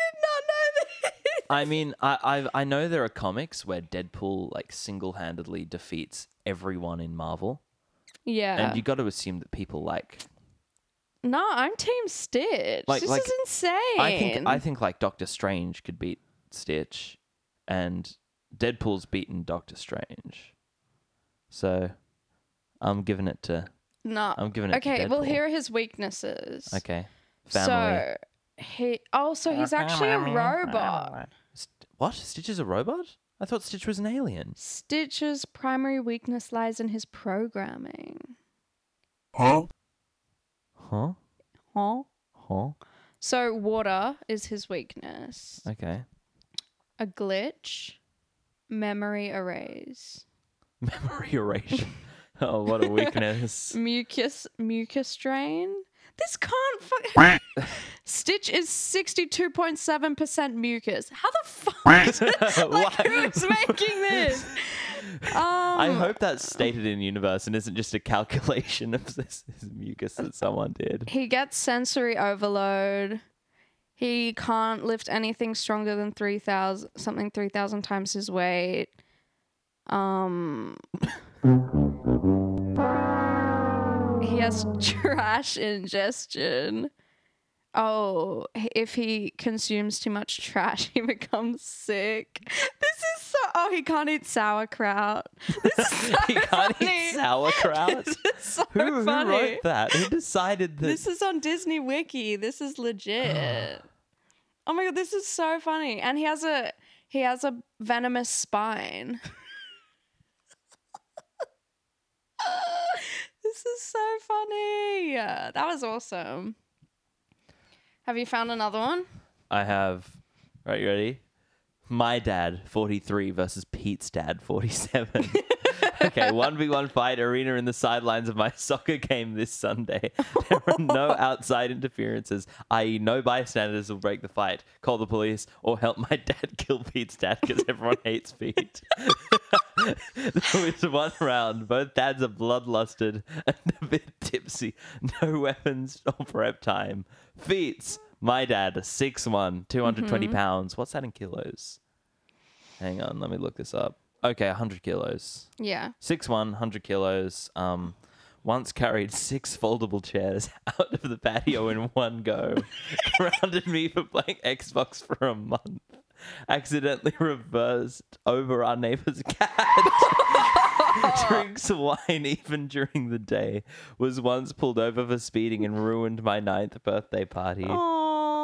did not know this.
I mean, I i I know there are comics where Deadpool like single-handedly defeats everyone in Marvel,
Yeah.
and you got to assume that people like.
no, I'm Team Stitch.
Like-
this
like,
is insane.
I think I think like Doctor Strange could beat Stitch, and Deadpool's beaten Doctor Strange. So I'm giving it to
No.
I'm giving it to
Okay, well,
Deadpool.
here are his weaknesses.
Okay. Family.
So he oh, so he's actually a robot.
St- what? Stitch is a robot? I thought Stitch was an alien.
Stitch's primary weakness lies in his programming.
Huh?
Huh?
Huh?
So water is his weakness.
Okay.
A glitch, memory arrays,
Memory erasure. oh, what a weakness.
mucus mucus drain. This can't fuck. Stitch is sixty two point seven percent mucus. How the fuck? is it- like
Why-
who's making this?
I
Um,
hope that's stated in universe and isn't just a calculation of this, this mucus that someone did.
He gets sensory overload. He can't lift anything stronger than 3,000 something 3,000 times his weight. Um He has trash ingestion. Oh, h- if he consumes too much trash, he becomes sick. This is so Oh, he can't eat sauerkraut. This is so
he can't
funny.
eat sauerkraut.
This is so
who, who
funny.
wrote that? Who decided that?
This is on Disney Wiki. This is legit. oh my god, this is so funny. And he has a he has a venomous spine. this is so funny. That was awesome. Have you found another one?
I have. Right, you ready? My dad, 43, versus Pete's dad, 47. okay, 1v1 fight arena in the sidelines of my soccer game this Sunday. There are no outside interferences, i.e., no bystanders will break the fight, call the police, or help my dad kill Pete's dad because everyone hates Pete. there was one round. Both dads are bloodlusted and a bit tipsy. No weapons or prep time. Feats. My dad, 6'1, 220 pounds. What's that in kilos? Hang on, let me look this up. Okay, 100 kilos.
Yeah.
6'1, 100 kilos. Um, once carried six foldable chairs out of the patio in one go. Grounded me for playing Xbox for a month. Accidentally reversed over our neighbor's cat. Drinks wine even during the day. Was once pulled over for speeding and ruined my ninth birthday party.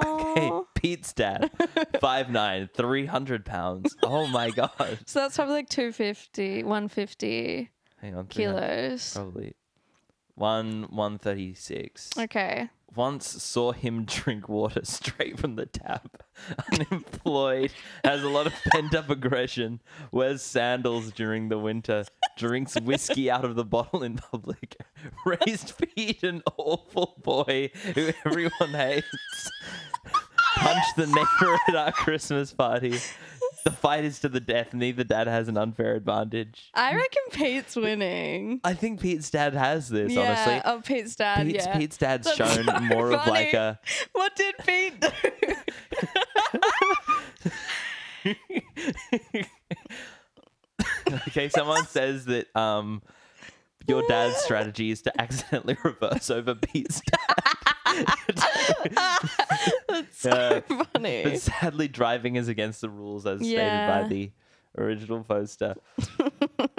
Okay,
Aww.
Pete's dad, 5'9, 300 pounds. Oh my god.
So that's probably like 250, 150
Hang on. 300.
kilos.
Probably. One one thirty six.
Okay.
Once saw him drink water straight from the tap. Unemployed, has a lot of pent up aggression. Wears sandals during the winter. Drinks whiskey out of the bottle in public. Raised Pete, an awful boy who everyone hates. Punched the neighbor at our Christmas party. The fight is to the death. Neither dad has an unfair advantage.
I reckon Pete's winning.
I think Pete's dad has this,
yeah,
honestly.
oh Pete's dad.
Pete's,
yeah.
Pete's dad's
That's
shown
so
more of like
funny.
a
What did Pete do?
okay. Someone says that um, your dad's strategy is to accidentally reverse over Pete's dad.
That's
Yeah.
so funny.
but sadly, driving is against the rules as stated by
Yeah.
the original poster.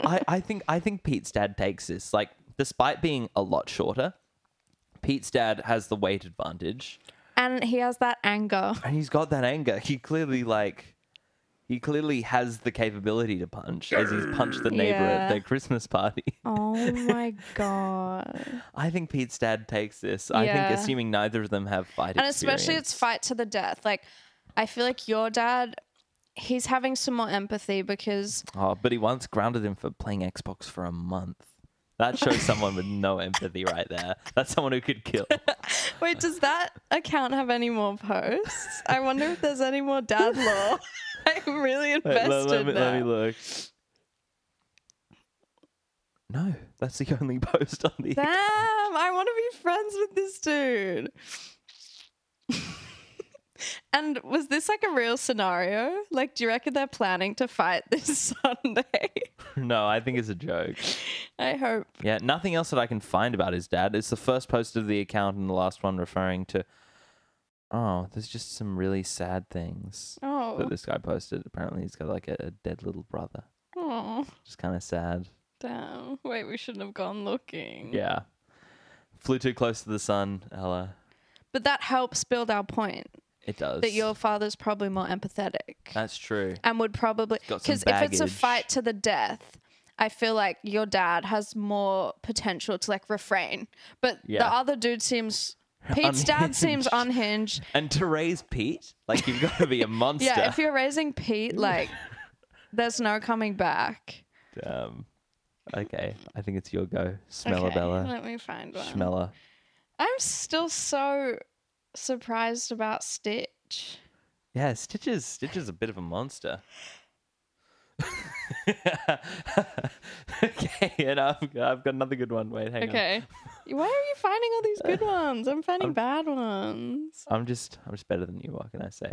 I, I think I think Pete's dad takes this. Like, despite being a lot shorter, Pete's dad has the weight advantage.
and he has that anger.
and he's got that anger. He clearly like he clearly has the capability to punch as he's punched the neighbor at
Yeah.
their Christmas party.
Oh my god.
I think Pete's dad takes this. I
Yeah.
think assuming neither of them have fight
and especially it's fight to the death. Like I feel like your dad he's having some more empathy because
oh, but he once grounded him for playing Xbox for a month. That shows someone with no empathy right there. That's someone who could kill.
wait, does that account have any more posts? I wonder if there's any more dad law. I'm really
Wait,
invested
let- let, me,
there.
let me look. No, that's the only post on the
Damn, I want to be friends with this dude. and was this like a real scenario? Like, do you reckon they're planning to fight this Sunday?
No, I think it's a joke.
I hope.
Yeah, nothing else that I can find about his dad. It's the first post of the account and the last one referring to. oh, there's just some really sad things
Oh.
that this guy posted. Apparently, he's got like a, a dead little brother.
Oh,
Just kind of sad.
damn. Wait, we shouldn't have gone looking.
Yeah. Flew too close to the sun, Ella.
But that helps build our point
It does.
that your father's probably more empathetic
That's true.
and would probably.
got some
Because if it's a
baggage.
fight to the death, I feel like your dad has more potential to like refrain. But the
Yeah.
other dude seems. Pete's dad seems unhinged.
And to raise Pete, like you've got to be a monster.
Yeah, if you're raising Pete, like, there's no coming back.
Um, okay, I think it's your go, Smellabella,
Let me find one.
Schmeller.
I'm still so surprised about Stitch.
Yeah, Stitch is Stitch is a bit of a monster. okay, and I've, I've got another good one. Wait, hang on.
Okay. Why are you finding all these good ones? I'm finding bad ones.
I'm just I'm just better than you. What can I say?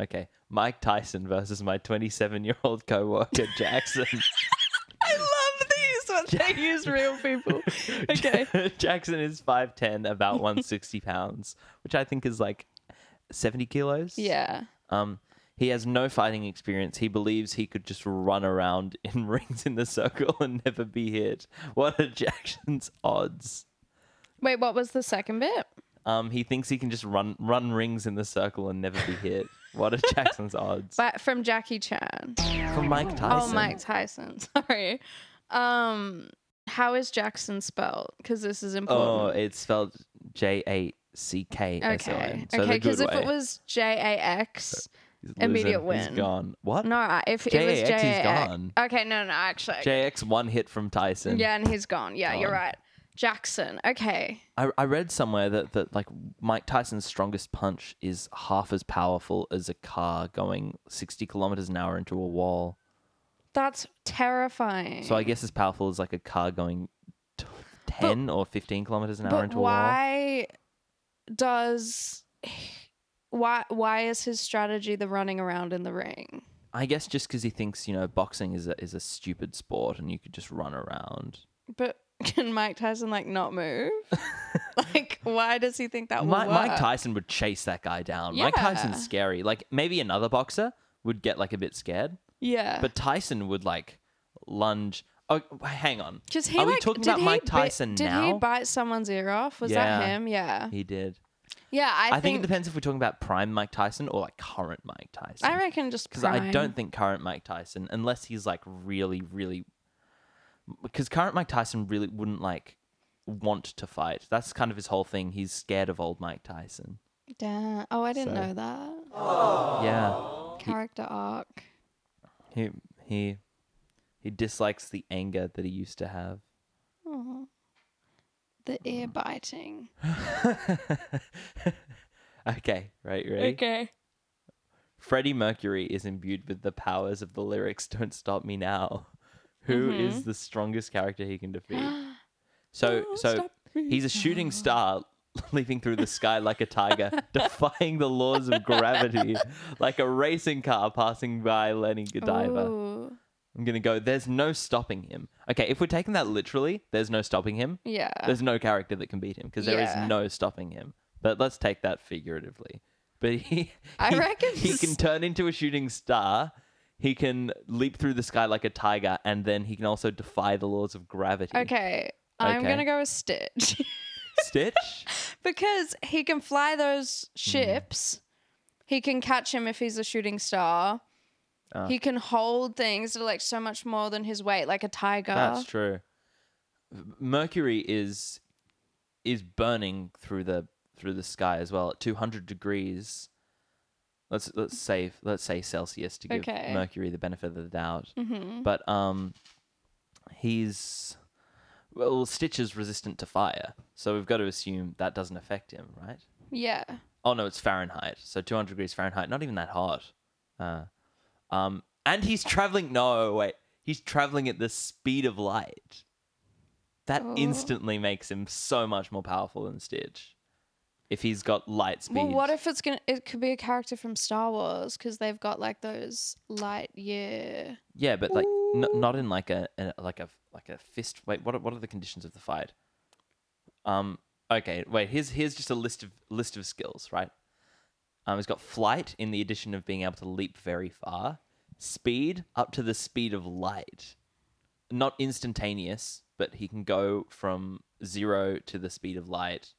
Okay, Mike Tyson versus my 27 year old coworker Jackson.
I love these when they use real people. Okay.
Jackson is 5'10, about 160 pounds, which I think is like 70 kilos.
Yeah.
Um, he has no fighting experience. He believes he could just run around in rings in the circle and never be hit. What are Jackson's odds?
Wait, what was the second bit?
Um, he thinks he can just run run rings in the circle and never be hit. What are Jackson's odds?
But from Jackie Chan.
From Mike
Oh,
Tyson.
Mike Tyson. Sorry. Um, how is Jackson spelled? Because this is
Oh,
important.
it's spelled J A C K S O
okay.
N. So the
okay.
good
Because if
way.
it was J A X,
He's
immediate
losing.
win.
He's gone. What?
no, I- if it was
JAX,
J
he's
A X,
gone.
okay, no, no, actually,
JX one hit from Tyson.
yeah, and he's gone. Yeah, you're
Gone.
right. Jackson. Okay.
I, I read somewhere that, that like Mike Tyson's strongest punch is half as powerful as a car going 60 kilometers an hour into a wall.
That's terrifying.
So I guess as powerful as like a car going t- 10 or 15 kilometers an hour
but
into
why does why why is his strategy the running around in the ring?
a wall. I guess just because he thinks, you know, boxing is a, is a stupid sport and you could just run around.
But can Mike Tyson like not move? like why does he think that will
Mike, Mike
work?
Tyson would chase that guy down. Mike
Yeah.
Tyson's scary. Like maybe another boxer would get like a bit scared,
Yeah.
but Tyson would like lunge. Oh, hang on.
because he
Are we
like,
talking
did
about
he
Mike
bit-
Tyson
did he
now?
bite someone's ear off? Was that
Yeah.
him? Yeah.
He did.
Yeah, I,
I, think, it depends if we're talking about prime Mike Tyson or like current Mike Tyson.
I reckon just
because I
prime.
don't think current Mike Tyson, unless he's like really, really, because current Mike Tyson really wouldn't like want to fight. That's kind of his whole thing. He's scared of old Mike Tyson.
Damn. Oh, I didn't
So-
know that.
Yeah,
Character arc.
he he he dislikes the anger that he used to have.
Oh. The ear biting.
Okay, right, you ready?
Okay.
Freddie Mercury is imbued with the powers of the lyrics "Don't Stop Me Now." Who is
Mm-hmm.
the strongest character he can defeat? So,
Oh,
so he's a shooting star leaping through the sky like a tiger, defying the laws of gravity, like a racing car passing by Lenny Godiva.
Ooh.
I'm gonna go. There's no stopping him. Okay, if we're taking that literally, there's no stopping him.
Yeah.
There's no character that can beat him because there is
Ah. Yeah.
no stopping him. But let's take that figuratively. But he,
I
he-
reckon
he
s-
can turn into a shooting star. He can leap through the sky like a tiger, and then he can also defy the laws of gravity.
Okay. I'm
Okay.
gonna go with Stitch
Stitch.
because he can fly those ships. He can catch him if he's a shooting star.
Ah.
he can hold things that are like so much more than his weight, like a tiger.
That's true. M- Mercury is is burning through the through the sky as well at 200 degrees. Let's let's say let's say Celsius to give
Okay. Mm-hmm.
Mercury the benefit of the doubt. But um he's well Stitch is resistant to fire. So we've got to assume that doesn't affect him, right?
Yeah.
Oh no, it's Fahrenheit. So 200 degrees Fahrenheit, not even that hot. Uh, um and he's traveling no, wait. He's traveling at the speed of light. That
Oh.
instantly makes him so much more powerful than Stitch. If he's got light speed.
Well, what if it's gonna? It could be a character from Star Wars because they've got like those light year.
Yeah, but like n- not in like a, a like a like a fist. Wait, what are, what are the conditions of the fight? Um. Okay. Wait. Here's here's just a list of list of skills. Right. Um, he's got flight in the addition of being able to leap very far, speed up to the speed of light, not instantaneous, but he can go from zero to the speed of light,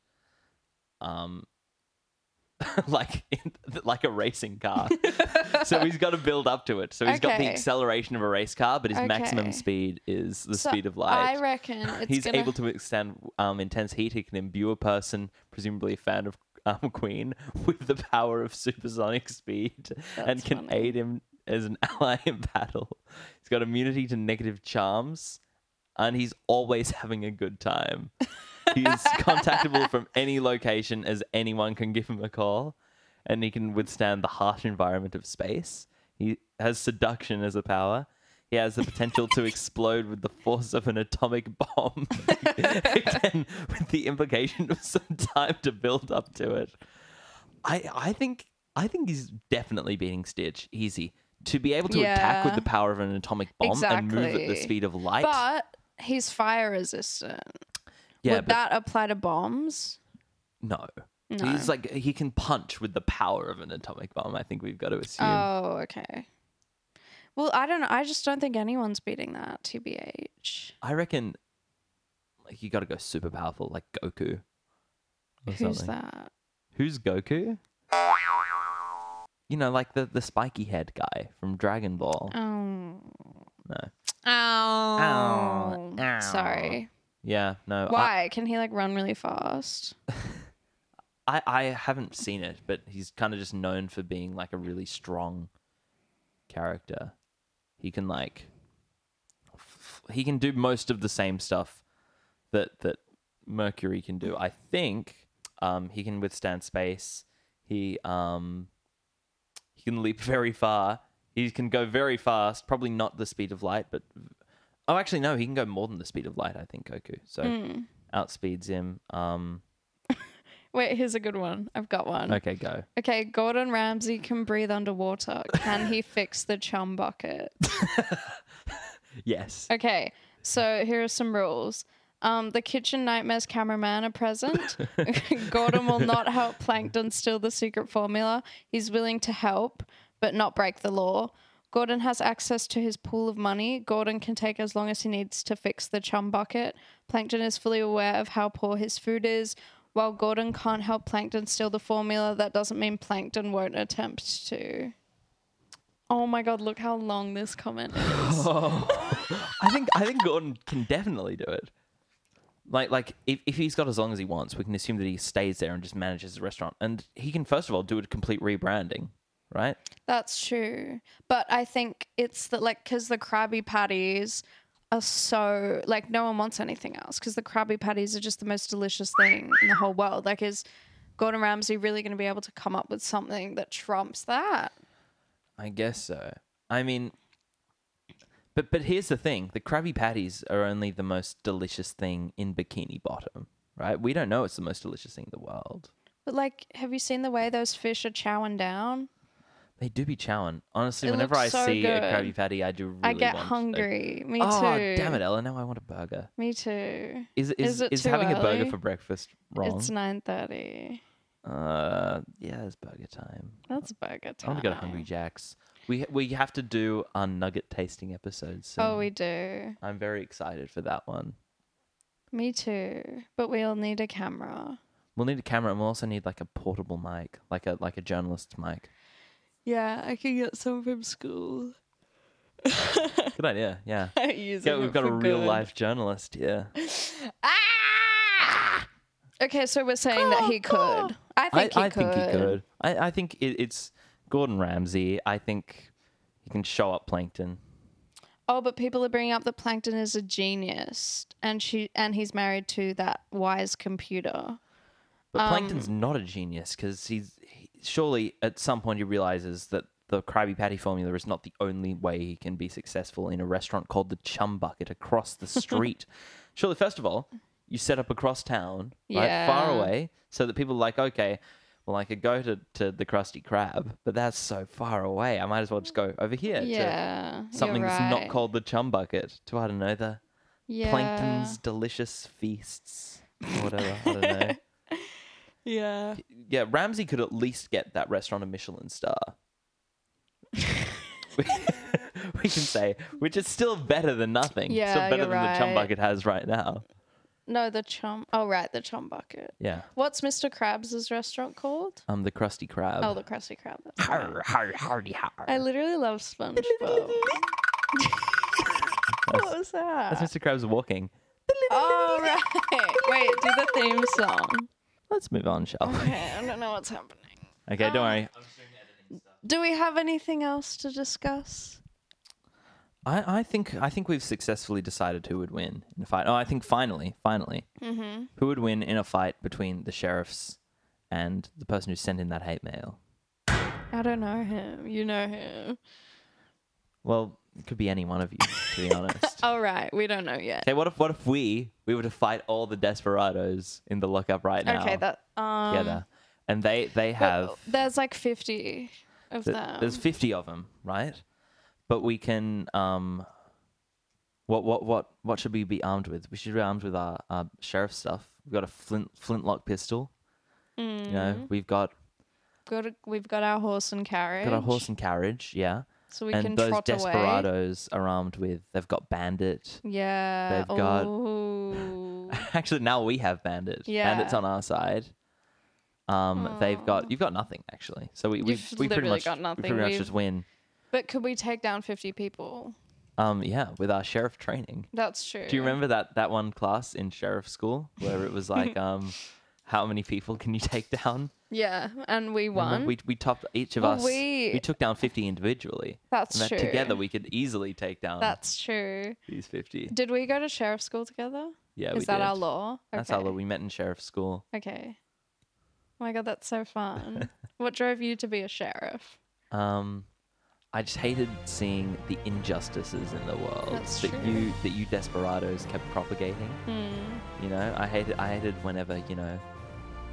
um, like in, like a racing car. so he's got to build up to it. So he's got the
Okay.
acceleration of a race car, but his maximum
Okay.
speed is the
So
speed of light.
I reckon it's
He's
gonna.
able to extend um, intense heat. He can imbue a person, presumably a fan of um, Queen, with the power of supersonic speed and
That's
can
funny.
aid him as an ally in battle. He's got immunity to negative charms and he's always having a good time. He is contactable from any location as anyone can give him a call and he can withstand the harsh environment of space. He has seduction as a power. He has the potential to explode with the force of an atomic bomb. Again, with the implication of some time to build up to it. I I think I think he's definitely beating Stitch easy. To be able to attack with
Yeah.
the power of an atomic bomb and move at the
Exactly.
speed of light.
But he's fire resistant.
yeah,
Would
but
that apply to bombs?
no. He's like he can punch with the power of an atomic bomb. I think we've got to assume.
Oh, okay. Well, I don't know. I just don't think anyone's beating that, TBH.
I reckon like you got to go super powerful like Goku. Or
Who's
something.
that?
Who's Goku? You know, like the the spiky head guy from Dragon Ball.
Oh.
No.
Ow. Sorry.
Yeah, no. I,
Why? Can he like run really fast?
I, I haven't seen it, but he's kind of just known for being like a really strong character. He can like f- he can do most of the same stuff that that Mercury can do. I think um, he can withstand space. He um he can leap very far. He can go very fast, probably not the speed of light, but oh, actually no, he can go more than the speed of light. I think Goku so outspeeds him. Um,
Wait, here's a good one. I've got one. Okay,
okay, go.
Gordon Ramsay can breathe underwater. Can he fix the chum bucket?
Yes.
Okay, so here are some rules. Um, the Kitchen Nightmares cameraman are present. Gordon will not help Plankton steal the secret formula. He's willing to help, but not break the law. Gordon has access to his pool of money. Gordon can take as long as he needs to fix the chum bucket. Plankton is fully aware of how poor his food is. While Gordon can't help Plankton steal the formula, that doesn't mean Plankton won't attempt to. Oh my god, look how long this comment is.
I think I think Gordon can definitely do it. Like like if, if he's got as long as he wants, we can assume that he stays there and just manages the restaurant. And he can first of all do a complete rebranding, right?
That's true. But I think it's that, like, because the Krabby Patties are so, like, no one wants anything else because the Krabby Patties are just the most delicious thing in the whole world. Like, is Gordon Ramsay really going to be able to come up with something that trumps that?
I guess so. I mean But but here's the thing, the Krabby Patties are only the most delicious thing in Bikini Bottom, right? We don't know it's the most delicious thing in the world.
But, like, have you seen the way those fish are chowing down?
They do be chowing. Honestly,
It
whenever I
looks so
see a
good.
Krabby Patty, I do really
I get
want a-
hungry. Me
oh,
too.
damn it, Ella, now I want a burger.
Me too.
Is is
Is it too
having a burger
early?
for breakfast wrong?
It's 9.30.
Uh, yeah, it's burger time.
That's burger
I
time.
want to go to Hungry Jack's. We we have to do our nugget tasting episode. So
Oh, we do.
I'm very excited for that one.
Me too. But we'll need a camera.
We'll need a camera, and we'll also need like a portable mic, like a like a journalist mic.
Yeah, I can get some from school.
Good idea. Yeah.
I use
Yeah,
it
we've got a
for
real
good.
life journalist here.
Ah! Okay, so we're saying that he could. I
I,
think,
I,
he, could.
think he could. I, I think it, it's Gordon Ramsay. I think he can show up plankton.
Oh, but people are bringing up that Plankton is a genius, and she and he's married to that wise computer.
But
Um,
Plankton's not a genius because he's he, surely at some point he realizes that the Krabby Patty formula is not the only way he can be successful in a restaurant called the Chum Bucket across the street. surely, first of all, you set up across town, right, far
Yeah.
away, so that people are like, okay, well, I could go to, to the Krusty Krab, but that's so far away. I might as well just go over here
yeah,
to something
you're
that's not
right.
called the Chum Bucket to, I don't know, the
yeah.
Plankton's Delicious Feasts or whatever. I don't know.
Yeah.
Yeah, Ramsey could at least get that restaurant a Michelin star. we we can say, which is still better than nothing. It's
Yeah,
still better
you're
than the chum
right.
bucket has right now.
No, the chum. Oh, right, the chum bucket.
Yeah.
What's Mr. Krabs' restaurant called?
Um the crusty crab.
Oh, the Krusty Krab. that's right.
Har, har, hardy, har.
I literally love SpongeBob. what was that?
That's Mr. Krabs walking.
Oh, right. Wait, do the theme song.
Let's move on, shall we?
Okay, I don't know what's happening.
Okay, don't worry.
Do we have anything else to discuss?
I, I think I think we've successfully decided who would win in a fight. Oh, I think finally, finally,
Mm-hmm.
who would win in a fight between the sheriffs and the person who sent in that hate mail?
I don't know him. You know him.
Well, it could be any one of you, to be honest.
All right, we don't know yet.
Okay, what if what if we we were to fight all the desperados in the lockup right now
Okay, that um
together, and they they have
there's like 50 of
th-
them.
there's fifty of them, right? But we can um, what what what what should we be armed with? We should be armed with our, our sheriff stuff. We've got a flint flintlock pistol. You
Mm.
know, we've got
Got a- we've got our horse and carriage.
got our horse and carriage, yeah.
so we can
and those
trot away.
desperados are armed with. They've got bandit.
Yeah.
They've got-
Ooh.
Actually, now we have bandit. Bandit's
Yeah.
on our side. Um, they've got you've got nothing actually. So we we,
You've
we pretty
literally
much
got
we
nothing.
pretty much
We've-
just win.
but could we take down 50 people?
Um, yeah, with our sheriff training.
That's true.
Do you remember that that one class in sheriff school where it was like um, how many people can you take down?
Yeah, and we
Remember,
won.
We we topped each of
Well,
us.
we-
took down fifty individually.
Oh, That's
and that
true.
Together we could easily take down
That's true.
these fifty.
Did we go to sheriff school together?
Yeah,
Is
we
that
did.
our law?
That's how we met in sheriff school.
Okay. Oh my god, that's so fun. what drove you to be a sheriff?
Um, I just hated seeing the injustices in the world
That's
that
true.
you that you desperados kept propagating.
Hmm.
You know, I hated I hated whenever you know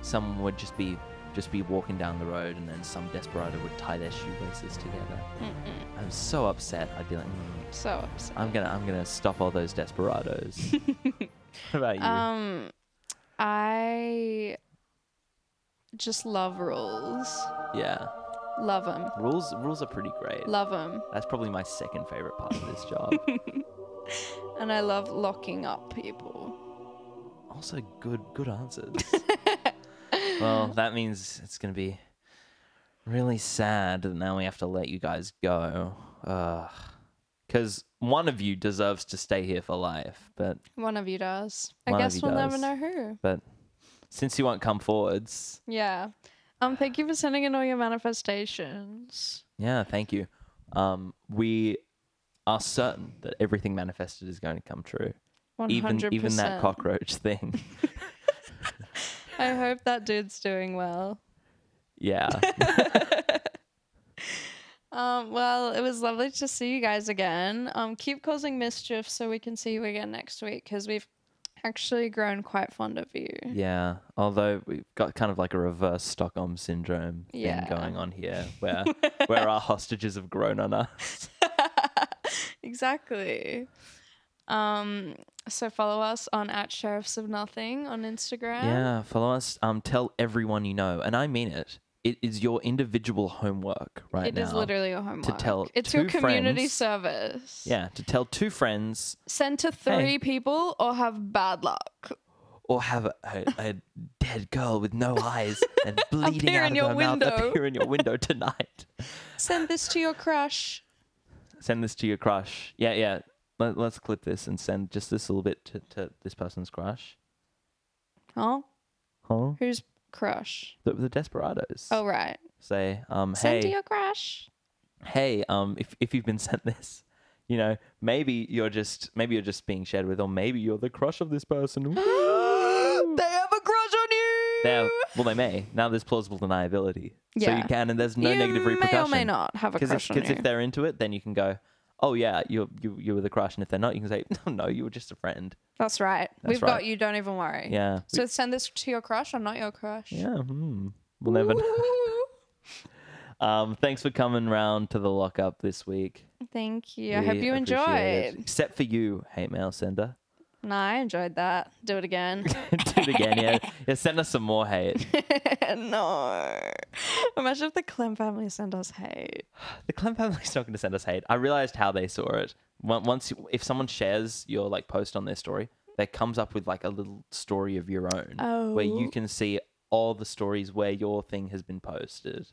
someone would just be just be walking down the road and then some desperado would tie their shoelaces together.
Mm-mm.
I'm so upset. I'd be like, "Mm,
So upset.
I'm gonna I'm gonna stop all those desperados. what about you?
Um, I just love rules.
yeah,
Love them.
rules rules are pretty great.
Love them.
That's probably my second favorite part of this job.
And I love locking up people.
Also, good good answers. well, that means it's gonna be really sad that now we have to let you guys go. Because one of you deserves to stay here for life, but
One of you does. I
One of
guess
you
we'll never
does.
know who.
but since you won't come forwards,
Yeah. Um, thank you for sending in all your manifestations.
yeah, thank you. Um, we are certain that everything manifested is going to come true.
100%.
Even even that cockroach thing.
I hope that dude's doing well.
yeah.
Um, well, it was lovely to see you guys again. Um, keep causing mischief so we can see you again next week because we've actually grown quite fond of you.
Yeah, although we've got kind of like a reverse Stockholm syndrome
Yeah.
thing going on here, where where our hostages have grown on us.
exactly. Um, so follow us on at Sheriffs of Nothing on Instagram.
Yeah, follow us. Um, tell everyone you know, and I mean it. It is your individual homework right
it
now.
is literally your homework.
tell
it's
two
your community
friends-
service.
Yeah, to tell two friends
Send to three
Hey.
people or have bad luck.
or have a, a, a dead girl with no eyes and bleeding
Appear
out
in
of
your
her mouth
window.
appear in your window tonight.
Send this to your crush.
send this to your crush. Yeah, yeah. Let, let's clip this and send just this little bit to, to this person's crush.
Oh,
Huh?
who's crush?
The, the Desperados.
Oh right.
say, um,
Send to
hey,
your crush.
hey, um, if, if you've been sent this, you know, maybe you're just maybe you're just being shared with, or maybe you're the crush of this person.
they have a crush on you.
Now, well, they may. Now there's plausible deniability, so
Yeah.
you can, and there's no
you
negative
may or
repercussion.
may not have a
Because
crush
if,
on you.
'cause if they're into it, then you can go, oh yeah, you you you were the crush, and if they're not, you can say, no, no, you were just a friend.
That's right.
That's
We've
right.
got you. Don't even worry.
Yeah.
So send this to your crush or not your crush.
yeah. Hmm. We'll never. know.
Ooh.
Um, thanks for coming round to the lockup this week.
Thank you. I
We
hope you
appreciate it.
enjoyed.
Except for you, hate mail sender.
Nah, I enjoyed that. Do it again.
Do it again. Yeah. Yeah. Send us some more hate.
no. Imagine if the Clem family sent us hate.
The Clem family's not going to send us hate. I realized how they saw it. Once, once you- if someone shares your like post on their story, that comes up with like a little story of your own where you
Oh.
can see all the stories where your thing has been posted.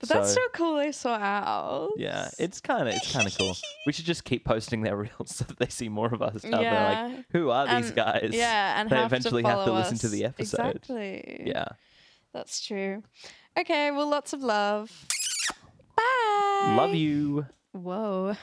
But that's
So-
so cool they saw ours.
Yeah, it's kind of it's kind of cool. We should just keep posting their reels so that they see more of us. Now They're
Yeah.
like, who are these
And-
guys?
Yeah, and
they
have
eventually
to
have to
follow
listen to
us.
the episode.
Exactly.
Yeah.
That's true. Okay, well, lots of love. Bye.
Love you.
Whoa.